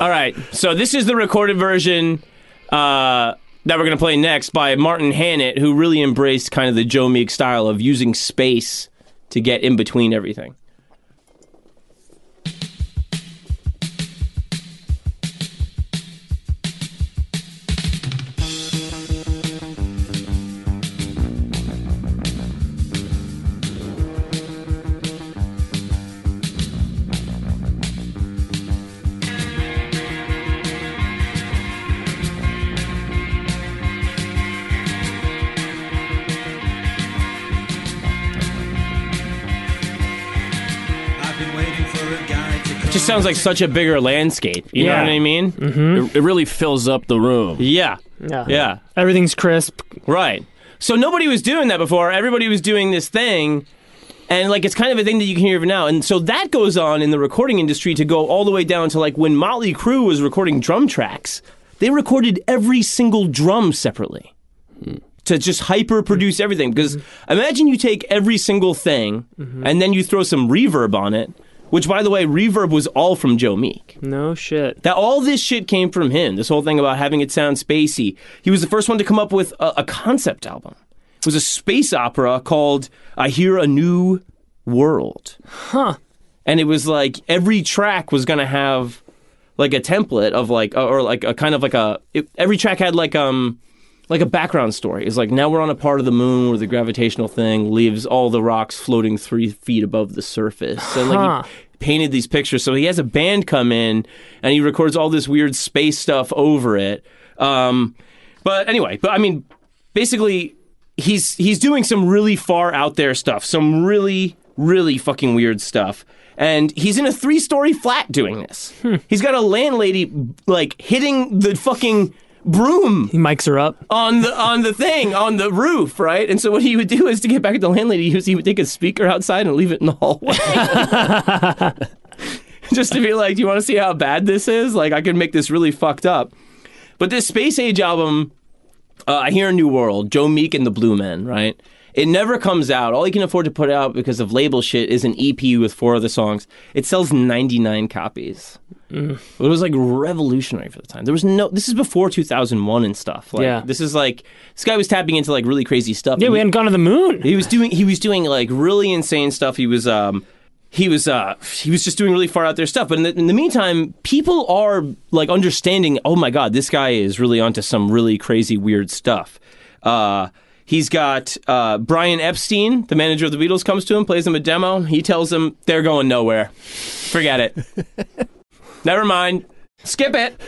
All right. So this is the recorded version uh, that we're going to play next by Martin Hannett, who really embraced kind of the Joe Meek style of using space to get in between everything. just sounds like such a bigger landscape. You Yeah. know what I mean? It, it really fills up the room. Yeah. Yeah. Everything's crisp. Right. So nobody was doing that before. Everybody was doing this thing. And like it's kind of a thing that you can hear even now. And so that goes on in the recording industry to go all the way down to like when Motley Crue was recording drum tracks, they recorded every single drum separately. To just hyper produce everything. Because imagine you take every single thing and then you throw some reverb on it, which by the way, reverb was all from Joe Meek. No shit. That all this shit came from him. This whole thing about having it sound spacey. He was the first one to come up with a, a concept album. It was a space opera called "I Hear a New World." Huh. And it was like every track was gonna have like a template of like or like a kind of like a it, every track had like um like a background story. It's like now we're on a part of the moon where the gravitational thing leaves all the rocks floating three feet above the surface. And like he Huh. painted these pictures. So he has a band come in and he records all this weird space stuff over it. Um, but anyway, but I mean, basically, he's he's doing some really far out there stuff, some really really fucking weird stuff. And he's in a three story flat doing this. He's got a landlady like hitting the fucking broom He mics her up. on the on the thing on the roof, right? And so what he would do is to get back at the landlady, he, was, he would take a speaker outside and leave it in the hallway. Just to be like, do you want to see how bad this is? Like, I could make this really fucked up. But this Space Age album, uh, I hear a new world, Joe Meek and the Blue Men, right? It never comes out. All he can afford to put out because of label shit is an EP with four other songs. It sells 99 copies. It was like revolutionary for the time. There was no. This is before 2001 and stuff. Like, Yeah. This is like this guy was tapping into like really crazy stuff. Yeah, And we he- hadn't gone to the moon. he was doing he was doing like really insane stuff. He was um he was uh he was just doing really far out there stuff. But in the, in the meantime, people are like understanding. Oh my god, this guy is really onto some really crazy weird stuff. Uh, he's got uh, Brian Epstein, the manager of the Beatles, comes to him, plays him a demo. He tells him they're going nowhere. Forget it. Never mind. Skip it.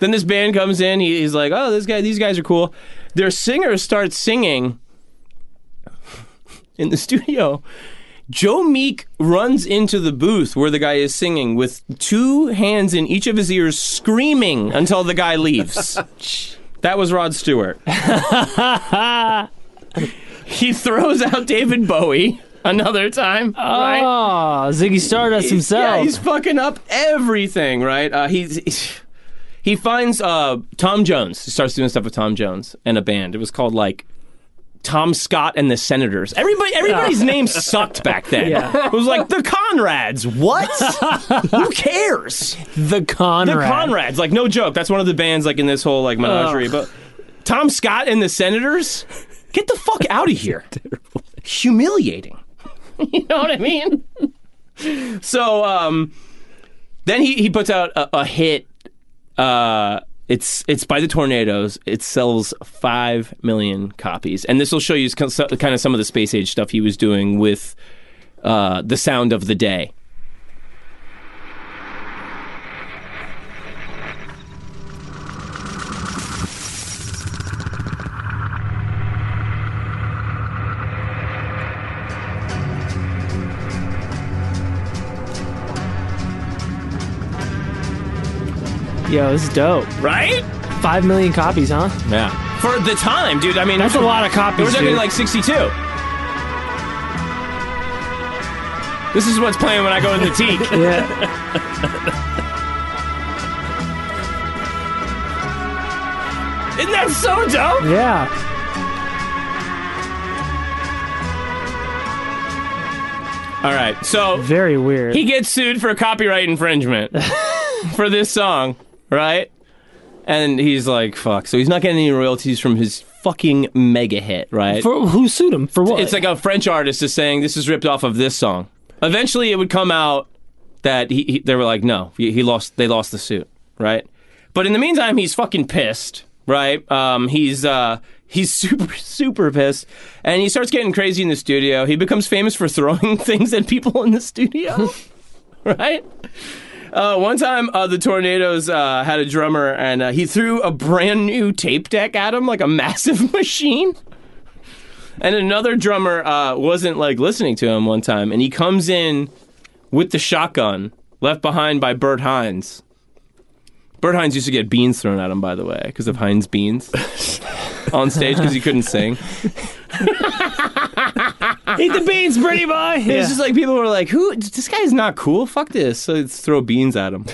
Then this band comes in. He, he's like, "Oh, this guy, these guys are cool." Their singer starts singing in the studio. Joe Meek runs into the booth where the guy is singing with two hands in each of his ears, screaming until the guy leaves. that was Rod Stewart. he throws out David Bowie another time. right? Ah, Ziggy Stardust He's- Yeah, himself. he's fucking up everything, right? Uh, he's, he's- he finds uh, Tom Jones. He starts doing stuff with Tom Jones and a band. It was called like Tom Scott and the Senators. Everybody, everybody's name sucked back then. Yeah. It was like the Conrads. What? Who cares? the Conrad. The Conrads. Like no joke. That's one of the bands like in this whole like menagerie. But Tom Scott and the Senators. Get the fuck out of here. Humiliating. you know what I mean? so um, then he, he puts out a, a hit. Uh, it's it's by the tornadoes. It sells five million copies, and this will show you s- kind of some of the space age stuff he was doing with uh, the sound of the day. Yo, this is dope. Right? Five million copies, huh? Yeah. For the time, dude. I mean, That's a lot of We're copies. talking dude. like 62. This is what's playing when I go to the teak. yeah. Isn't that so dope? yeah. All right, so Very weird. he gets sued for copyright infringement for this song, right? And he's like, fuck. So he's not getting any royalties from his fucking mega hit, right? for, who sued him? For what? it's like a French artist is saying this is ripped off of this song. Eventually, it would come out that he, he they were like, no, he, he lost. They lost the suit, right? But in the meantime, he's fucking pissed, right? Um, he's uh, he's super super pissed, and he starts getting crazy in the studio. He becomes famous for throwing things at people in the studio, right? Uh, one time, uh, the Tornadoes uh, had a drummer, and uh, he threw a brand new tape deck at him like a massive machine. And another drummer uh, wasn't like listening to him one time, and he comes in with the shotgun Left Behind by Bert Hines. Bert Hines used to get beans thrown at him, by the way, because of Heinz beans on stage because he couldn't sing. Eat the beans, pretty boy. It's just like people were like, "Who? This guy's not cool. Fuck this." So it's throw beans at him.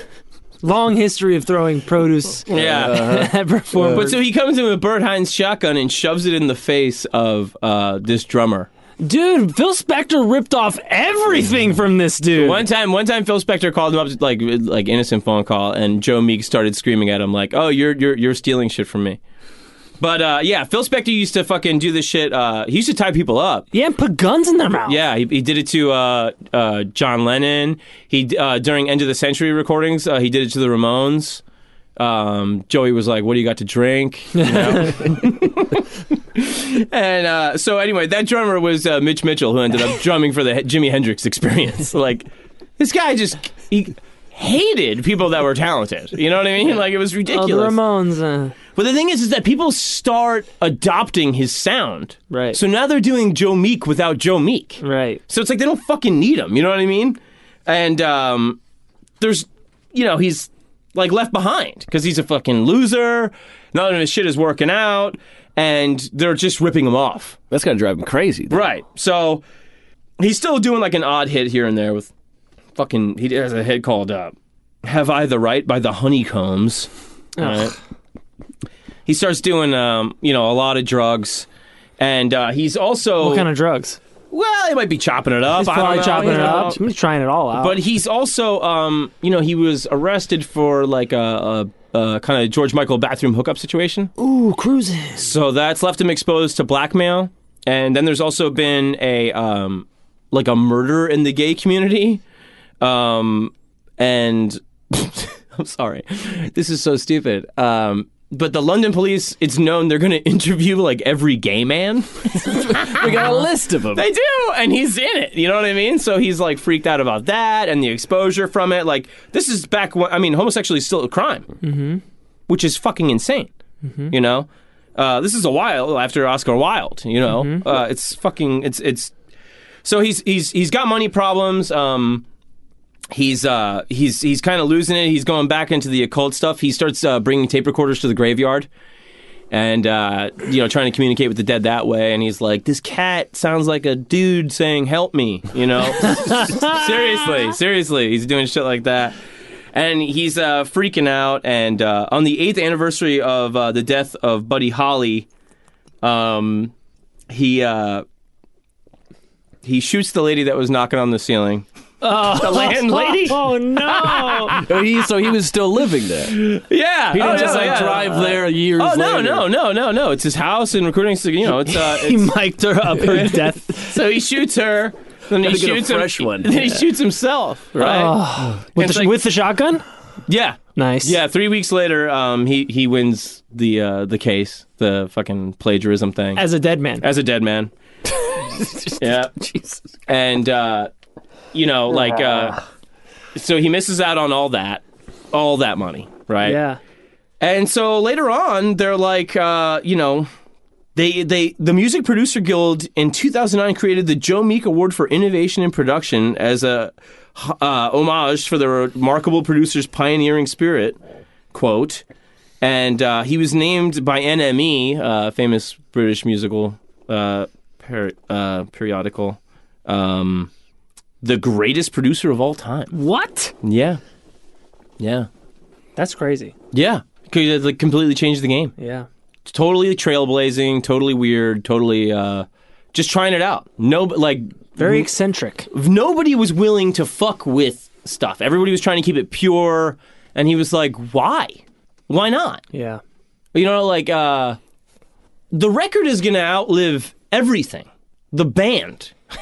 Long history of throwing produce. Yeah. at performers. But so he comes in with Bert Hines' shotgun and shoves it in the face of uh, this drummer. Dude, Phil Spector ripped off everything from this dude. One time, one time, Phil Spector called him up like like innocent phone call, and Joe Meek started screaming at him like, "Oh, you're you're you're stealing shit from me." But uh, yeah, Phil Spector used to fucking do this shit. Uh, he used to tie people up. Yeah, and put guns in their mouth. Yeah, he, he did it to uh, uh, John Lennon. He uh, during end of the century recordings, uh, he did it to the Ramones. Um, Joey was like, "What do you got to drink?" You know? and uh, so anyway, that drummer was uh, Mitch Mitchell, who ended up drumming for the H- Jimi Hendrix Experience. like this guy just he hated people that were talented. You know what I mean? Like it was Oh, ridiculous. the Ramones. Uh, But the thing is, is that people start adopting his sound. Right. So now they're doing Joe Meek without Joe Meek. uh, right. So it's like they don't fucking need him. You know what I mean? And um, there's, you know, he's like left behind because he's a fucking loser. None of his shit is working out, and they're just ripping him off. That's gotta drive him crazy. though. Right. So he's still doing like an odd hit here and there with fucking. He has a hit called uh, "Have I the Right" by the Honeycombs. Right. He starts doing, um, you know, a lot of drugs, and uh, he's also What kind of drugs? well, he might be chopping it up. He's I don't probably know, chopping you it know. up. I'm just trying it all out. But he's also, um, you know, he was arrested for like a, a, a kind of George Michael bathroom hookup situation. Ooh, cruising. So that's left him exposed to blackmail. And then there's also been a um, like a murder in the gay community. Um, and I'm sorry, this is so stupid. Um, but the London police, it's known they're going to interview like every gay man. We got a list of them. They do, and he's in it. You know what I mean? So he's like freaked out about that and the exposure from it. Like this is back when I mean, homosexuality is still a crime, mm-hmm. which is fucking insane. Mm-hmm. You know, uh, this is a while after Oscar Wilde. You know, Mm-hmm. uh, it's fucking it's it's. So he's he's he's got money problems. Um, he's uh he's he's kind of losing it. He's going back into the occult stuff. He starts uh, bringing tape recorders to the graveyard and uh, you know trying to communicate with the dead that way and he's like this cat sounds like a dude saying help me you know seriously seriously he's doing shit like that and he's uh, freaking out and uh, on the eighth anniversary of uh, the death of buddy holly um, he uh, he shoots the lady that was knocking on the ceiling the landlady Oh no! Oh, he- so he was still living there. He yeah didn't Oh, just yeah, like yeah. drive there years oh no later. no no no no it's his house and recording studio you know it's uh he it's- mic'd her up her death So he shoots her. Then he Gotta get a shoots fresh him, one. Then he shoots himself. Right? with It's the, like- with the shotgun. yeah. Nice. Yeah. Three weeks later, um, he he wins the uh, the case, the fucking plagiarism thing, as, As a dead man. a dead man. yeah. And uh, you know, like, uh, so he misses out on all that, all that money, right? yeah. And so later on, they're like, uh, you know, they they the Music Producer Guild in 2009 created the Joe Meek Award for Innovation in Production as a uh, homage for the remarkable producer's pioneering spirit. Quote, and uh, he was named by NME, uh, famous British musical uh, per, uh, periodical, um, the greatest producer of all time. What? Yeah, yeah, That's crazy. yeah. Could uh, like completely change the game Yeah. totally trailblazing, totally weird, totally uh, just trying it out. No, like Very Mm-hmm. eccentric. nobody was willing to fuck with stuff. Everybody was trying to keep it pure, and he was like, "Why? Why not? Yeah. You know, like uh, the record is gonna outlive everything. The band."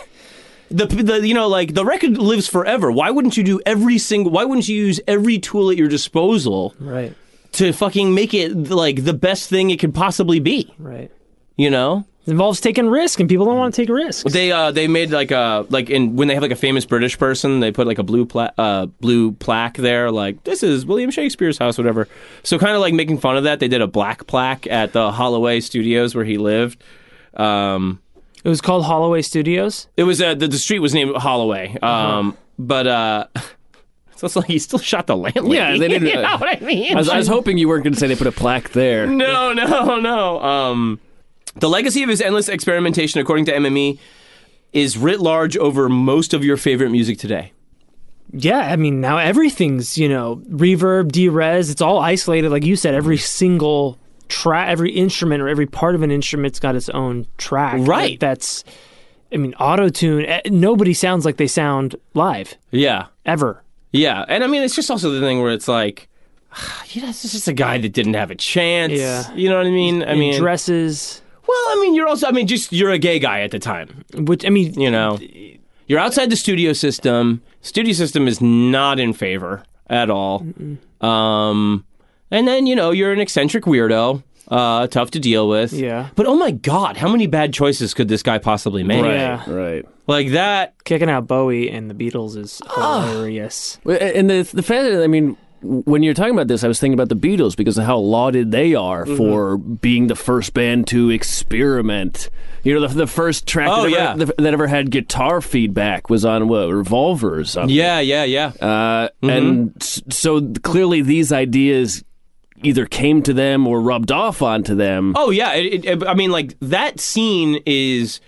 The, the you know like the record lives forever. Why wouldn't you do every single? Why wouldn't you use every tool at your disposal Right. to fucking make it like the best thing it could possibly be? Right. You know, It involves taking risk, and people don't want to take risks. They uh they made like a like in when they have like a famous British person they put like a blue pla- uh blue plaque there like this is William Shakespeare's house whatever so kind of like making fun of that they did a black plaque at the Holloway Studios where he lived um It was called Holloway Studios. Uh-huh. it was uh, the the street was named Holloway um but uh So it's like he still shot the landlady. Yeah, they didn't- you know what I mean? Mm. I was, I was hoping you weren't going to say they put a plaque there. no, no, no. Um, the legacy of his endless experimentation, according to MME, is writ large over most of your favorite music today. Yeah, I mean now everything's you know reverb, derez. It's all isolated, like you said. Every single track, every instrument or every part of an instrument's got its own track. Like, Right. that's, I mean, auto tune. Nobody sounds like they sound live Yeah, ever. yeah. And I mean, it's just also the thing where it's like, you know, this is just a guy that didn't have a chance. Yeah. you know what I mean. I And mean, dresses, well, I mean, you're also, I mean, just you're a gay guy at the time. which I mean, You know, you're outside the studio system. Studio system is not in favor at all. Um, and then you know you're an eccentric weirdo, uh, tough to deal with. Yeah. But oh my God, how many bad choices could this guy possibly make? Right, Yeah. right. Like that. kicking out Bowie and the Beatles is hilarious. Well, And the the fact that I mean, when you're talking about this, I was thinking about the Beatles because of how lauded they are Mm-hmm. for being the first band to experiment. You know, the, the first track Oh, that, yeah. ever, that ever had guitar feedback was on what Revolver or something. Yeah, Mm-hmm. yeah, yeah. Uh, And s- so clearly, these ideas either came to them or rubbed off onto them. Oh yeah, it, it, I mean, like that scene is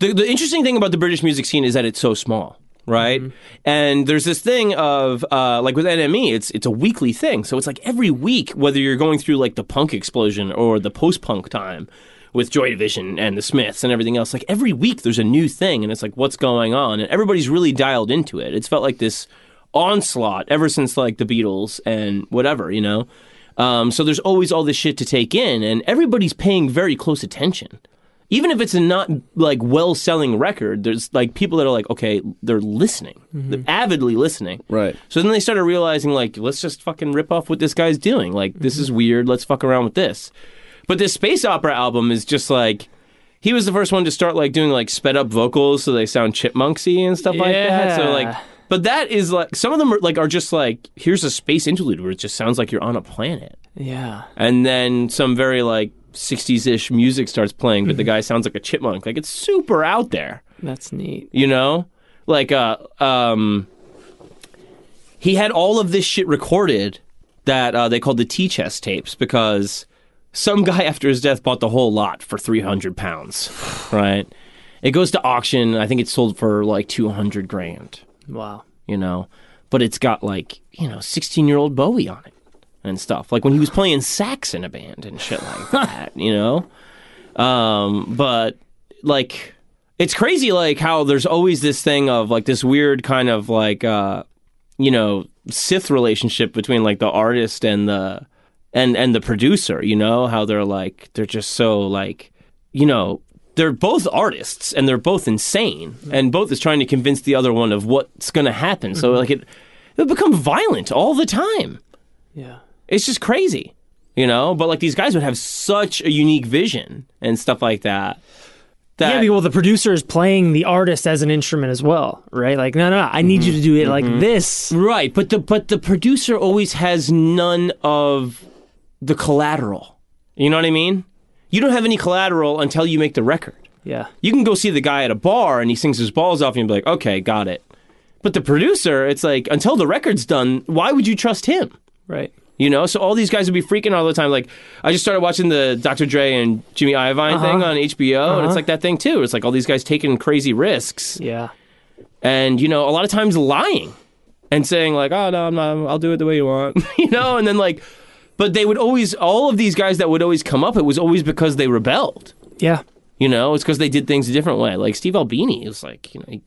the the interesting thing about the British music scene is that it's so small, right? And there's this thing of uh, like with NME, it's it's a weekly thing, so it's like every week, whether you're going through like the punk explosion or the post punk time with Joy Division and the Smiths and everything else, like every week there's a new thing, and it's like what's going on, and everybody's really dialed into it. It's felt like this onslaught ever since like the Beatles and whatever, you know. Um, so there's always all this shit to take in, and everybody's paying very close attention. Even if it's a not like well selling record, there's like people that are like, okay, they're listening, they're avidly listening. Right. So then they started realizing, like, let's just fucking rip off what this guy's doing. Like, this is weird. Let's fuck around with this. But this space opera album is just like, he was the first one to start like doing like sped up vocals so they sound chipmunksy and stuff like that. So Yeah. like, but that is like some of them are like are just like here's a space interlude where it just sounds like you're on a planet Yeah, and then some very like 60s ish music starts playing, but the guy sounds like a chipmunk. Like it's super out there, that's neat. you know? Like, uh, um, he had all of this shit recorded that uh, they called the T chest tapes because some guy after his death bought the whole lot for 300 pounds, right? It goes to auction. I think it's sold for like 200 grand Wow. you know, but it's got like, you know, 16 year old Bowie on it and stuff. Like when he was playing sax in a band and shit like that, you know? Um, but like, it's crazy, like, how there's always this thing of like this weird kind of like, uh, you know, Sith relationship between like the artist and the, and, and the producer, you know, how they're like, they're just so like, you know, they're both artists and they're both insane and both is trying to convince the other one of what's going to happen. So like it it'll become violent all the time. Yeah. It's just crazy. You know, but like these guys would have such a unique vision and stuff like that. That yeah, because, well, the producer is playing the artist as an instrument as well, right? Like, no, no, no I need you to do it Mm-hmm. like this. right, but the but the producer always has none of the collateral. You know what I mean? You don't have any collateral until you make the record. Yeah, You can go see the guy at a bar and he sings his balls off and you'll be like, okay, got it. But the producer, it's like, until the record's done, why would you trust him? right. You know, so all these guys would be freaking all the time. Like, I just started watching the Dr. Dre and Jimmy Iovine thing on HBO, and it's like that thing too. It's like all these guys taking crazy risks, Yeah. and you know, a lot of times lying and saying like, "Oh no, I'm not. I'll do it the way you want," you know, and then like, but they would always, all of these guys that would always come up, it was always because they rebelled. Yeah. You know, it's because they did things a different way. Like Steve Albini was like, you know, he,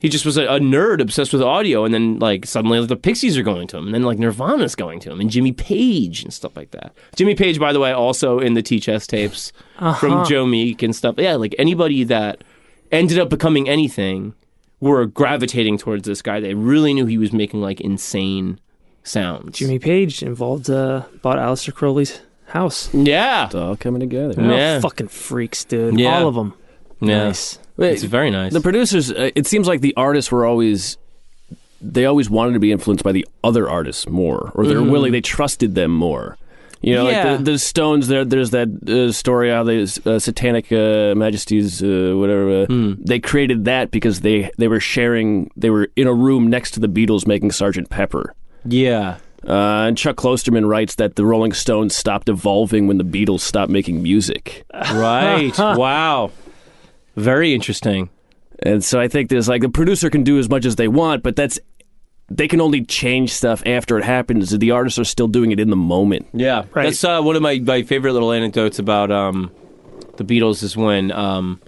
he just was a, a nerd obsessed with audio, and then like suddenly the Pixies are going to him, and then like Nirvana's going to him, and Jimmy Page and stuff like that. Jimmy Page, by the way, also in the T Chess tapes from Uh-huh. Joe Meek and stuff. Yeah, like anybody that ended up becoming anything were gravitating towards this guy. They really knew he was making like insane sounds. Jimmy Page involved uh, bought Aleister Crowley's house. Yeah. It's all coming together. They're all Yeah. fucking freaks, dude. Yeah. All of them. Yeah. Nice. It's very nice. The producers, uh, it seems like the artists were always, they always wanted to be influenced by the other artists more, or they're willing, they trusted them more. You know, Yeah. like the, the Stones. There, there's that uh, story how the uh, Satanic uh, Majesties, uh, whatever, uh, they created that because they they were sharing. They were in a room next to the Beatles making Sergeant Pepper. Yeah. Uh, and Chuck Klosterman writes that the Rolling Stones stopped evolving when the Beatles stopped making music. Right. wow. Very interesting. And so I think there's like the producer can do as much as they want, but that's they can only change stuff after it happens. The artists are still doing it in the moment. Yeah, Right. That's uh, one of my, my favorite little anecdotes about um, the Beatles is when um,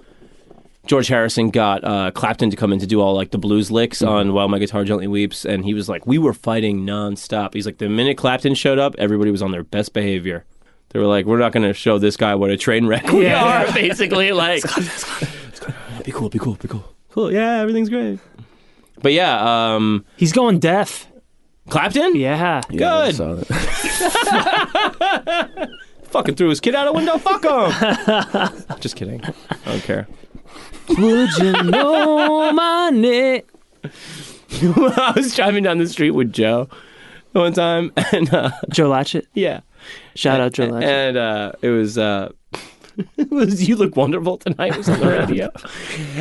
George Harrison got uh, Clapton to come in to do all like the blues licks on "While My Guitar Gently Weeps," and he was like, "We were fighting nonstop." He's like, "The minute Clapton showed up, everybody was on their best behavior." They were like, "We're not going to show this guy what a train wreck we are." Basically, like, be cool, be cool, be cool, cool. Yeah, everything's great. But yeah, um, He's going deaf. Clapton. Yeah. Good. fucking threw his kid out a window. Fuck him. Just kidding. I don't care. Would you know my name? I was driving down the street with Joe one time, and uh, Joe Latchett. yeah, Shout out Joe and, Latchett. uh, it was. Uh, it was you look wonderful tonight was on the radio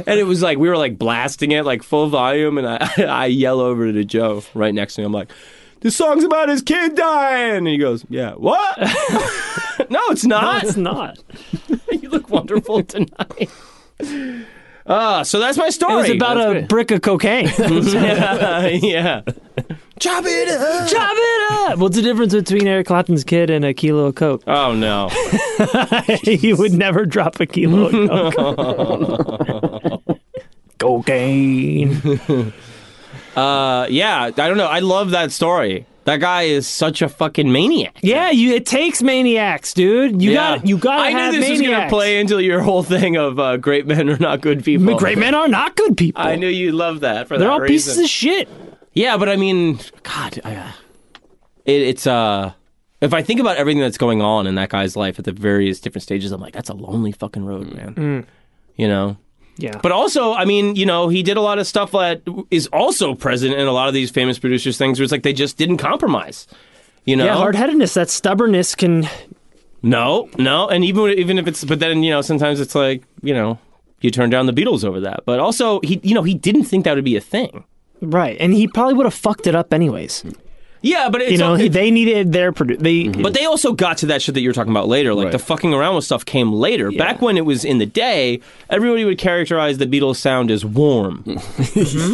and it was like we were like blasting it like full volume and I, I yell over to joe right next to me i'm like this song's about his kid dying and he goes yeah what no it's not That's not. you look wonderful tonight uh, so that's my story It was about a brick of cocaine. yeah, yeah. Chop it up. Chop it up. What's the difference between Eric Clapton's kid and a kilo of coke? Oh no. he would never drop a kilo of coke. cocaine. Uh, yeah, I don't know. I love that story. That guy is such a fucking maniac. Yeah, you. It takes maniacs, dude. You yeah. got. You got. I knew have this maniacs. was gonna play into your whole thing of uh, great men are not good people. But Great men are not good people. I knew you'd love that for They're that all reason. pieces of shit. Yeah, but I mean, God, I, uh, it, it's uh, if I think about everything that's going on in that guy's life at the various different stages, I'm like, that's a lonely fucking Mm. road, man. You know, Yeah. But also, I mean, you know, he did a lot of stuff that is also present in a lot of these famous producers' things where it's like they just didn't compromise. You know? yeah, hard headedness, that stubbornness can. no, no. And even even if it's but then, you know, sometimes it's like, you know, you turn down the Beatles over that. But also he you know, he didn't think that would be a thing. Right. And he probably would have fucked it up anyways. Yeah, but it's you know, it- he, they needed their produ- they But they also got to that shit that you were talking about later. Like Right. the fucking around with stuff came later. Back when it was in the day, everybody would characterize the Beatles sound as warm,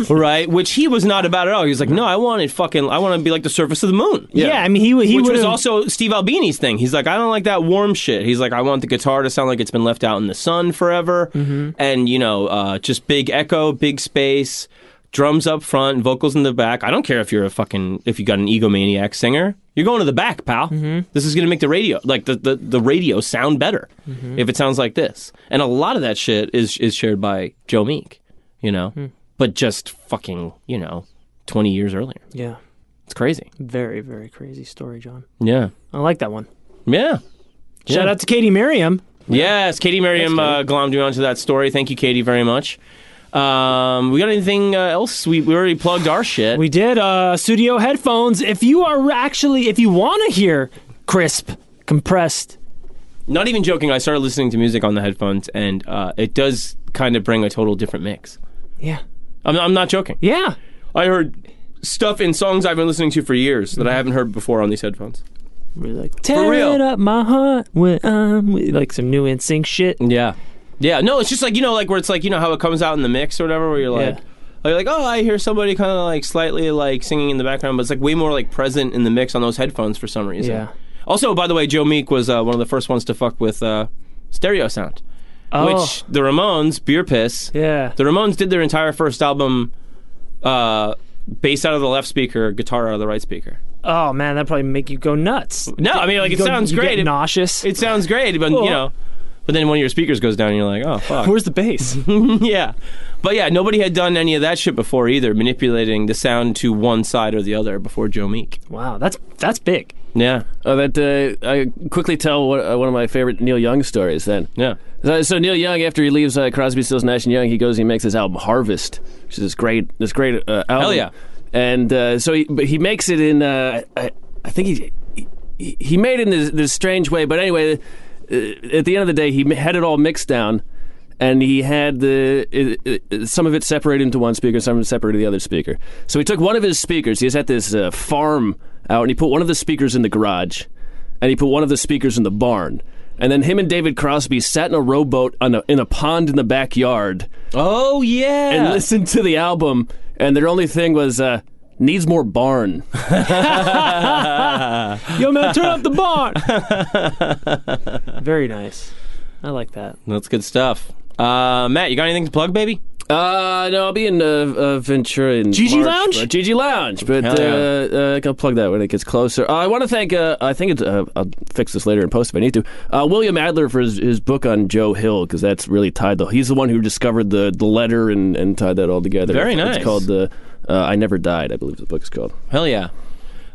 right? Which he was not about at all. He was like, no, I wanted fucking, I want to be like the surface of the moon. yeah. I mean, he would- he Which would was also Steve Albini's thing. He's like, I don't like that warm shit. He's like, I want the guitar to sound like it's been left out in the sun forever, and you know, uh, just big echo, big space, drums up front, vocals in the back. I don't care if you're a fucking if you got an egomaniac singer, you're going to the back, pal. This is gonna make the radio like the the, the radio sound better if it sounds like this. And a lot of that shit is is shared by Joe Meek, you know, but just fucking you know, twenty years earlier. yeah, It's crazy. very very crazy story, John. Yeah, I like that one. yeah. Shout Yeah. out to Katie Miriam. Yes, Katie Merriam uh, glommed you onto that story. Thank you, Katie, very much. Um, we got anything uh, else? We, we already plugged our shit. We did uh, studio headphones. If you are actually, if you want to hear crisp, compressed, Not even joking. I started listening to music on the headphones, and uh, it does kind of bring a total different mix. yeah, I'm, I'm not joking. yeah, I heard stuff in songs I've been listening to for years that Mm-hmm. I haven't heard before on these headphones. really like tear real. it up my heart when I'm with, like some new NSYNC shit. Yeah, yeah. No, it's just like you know, like where it's like you know how it comes out in the mix or whatever. Where you're like. Yeah. Like, like, oh, I hear somebody kind of like slightly like singing in the background, but it's like way more like present in the mix on those headphones for some reason. Yeah. Also, by the way, Joe Meek was uh, one of the first ones to fuck with uh, stereo sound, Oh, which the Ramones, Beer Piss, yeah, the Ramones did their entire first album uh, bass out of the left speaker, guitar out of the right speaker. oh man, that probably make you go nuts. No, I mean like You it go- sounds you great. Get It, nauseous. it sounds great, but Oh. you know, but then one of your speakers goes down, and you're like, oh fuck. Where's the bass? yeah. But yeah, nobody had done any of that shit before either, manipulating the sound to one side or the other before Joe Meek. wow, that's that's big. Yeah. Uh, that uh, I quickly tell one, uh, one of my favorite Neil Young stories. Then Yeah. So, so Neil Young, after he leaves uh, Crosby, Stills, Nash and Young, he goes and he makes his album Harvest, which is this great, this great uh, album. Hell yeah. And uh, so, he, but he makes it in. Uh, I, I think he he he made it in this, this strange way. But anyway, uh, at the end of the day, he had it all mixed down, and he had the it, it- it- some of it separated into one speaker, some of it separated to the other speaker. So he took one of his speakers. He was at this uh, farm out, and he put one of the speakers in the garage, and he put one of the speakers in the barn. And then him and David Crosby sat in a rowboat on a, in a pond in the backyard Oh yeah. and listened to the album, and their only thing was uh, needs more barn. Yo, man, turn up the barn. Very nice. I like that. That's good stuff. Uh, Matt, you got anything to plug, baby? Uh, no, I'll be in uh, uh, Ventura in Gigi March, Lounge? but- Gigi Lounge, but Hell uh, uh, I'll plug that when it gets closer. Uh, I want to thank. Uh, I think it's. Uh, I'll fix this later in post if I need to. Uh, William Adler for his, his book on Joe Hill because that's really tied. Though he's the one who discovered the the letter and, and tied that all together. Very It's- nice. It's called the. Uh, I never died. I believe the book is called. Hell yeah.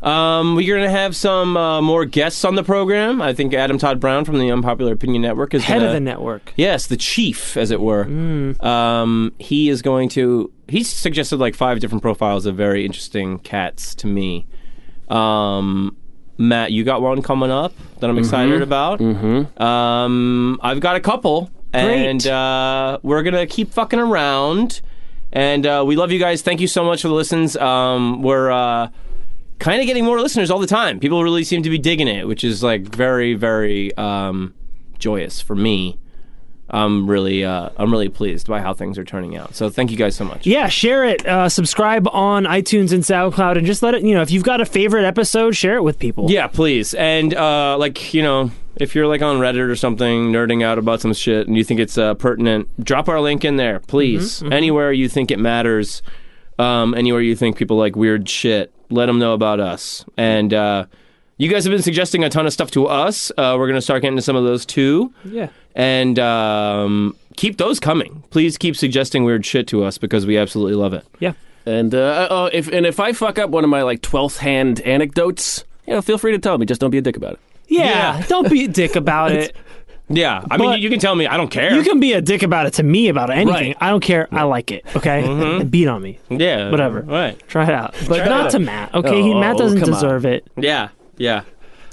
Um, we're going to have some uh, more guests on the program. I think Adam Todd Brown from the Unpopular Opinion Network is Head gonna, of the network. Yes, the chief, as it were. Um, he is going to. He suggested like five different profiles of very interesting cats to me. Um, Matt, you got one coming up that I'm excited about. Mm-hmm. Um, I've got a couple, and uh, we're gonna keep fucking around. And uh, we love you guys. Thank you so much for the listens. Um, we're uh, kind of getting more listeners all the time. People really seem to be digging it, which is like very, very um, joyous for me. I'm really, uh, I'm really pleased by how things are turning out. So thank you guys so much. Yeah, share it. Uh, subscribe on iTunes and SoundCloud, and just let it. You know, if you've got a favorite episode, share it with people. Yeah, please. And uh, like you know, if you're like on Reddit or something, nerding out about some shit, and you think it's uh, pertinent, drop our link in there, please. Anywhere you think it matters, um, anywhere you think people like weird shit, let them know about us. And uh, you guys have been suggesting a ton of stuff to us. Uh, we're gonna start getting to some of those too. Yeah. And um, keep those coming. Please keep suggesting weird shit to us because we absolutely love it. Yeah. And uh, oh, if and if I fuck up one of my like twelfth hand anecdotes, you know, feel free to tell me. Just don't be a dick about it. Yeah, don't be a dick about it. Yeah, I mean, But- you, you can tell me. I don't care. You can be a dick about it to me about anything. Right. I don't care. I like it. Okay, beat on me. yeah, Whatever. Right. Try it out, but Try it not out. to Matt. Okay, he, Oh, Matt doesn't come on. deserve it. Yeah, yeah.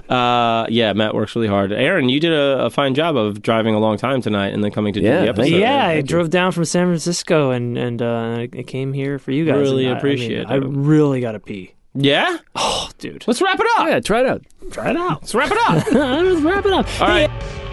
Uh, yeah, Matt works really hard. Aaron, you did a, a fine job of driving a long time tonight and then coming to Yeah, do the thank episode. you. yeah, I thank you. drove down from San Francisco and and uh, I came here for you guys. Really and I- appreciate I, mean, it. I really gotta pee. Yeah? Oh, dude, Let's wrap it up. Yeah, try it out. try it out. Let's wrap it up. Let's wrap it up. All right.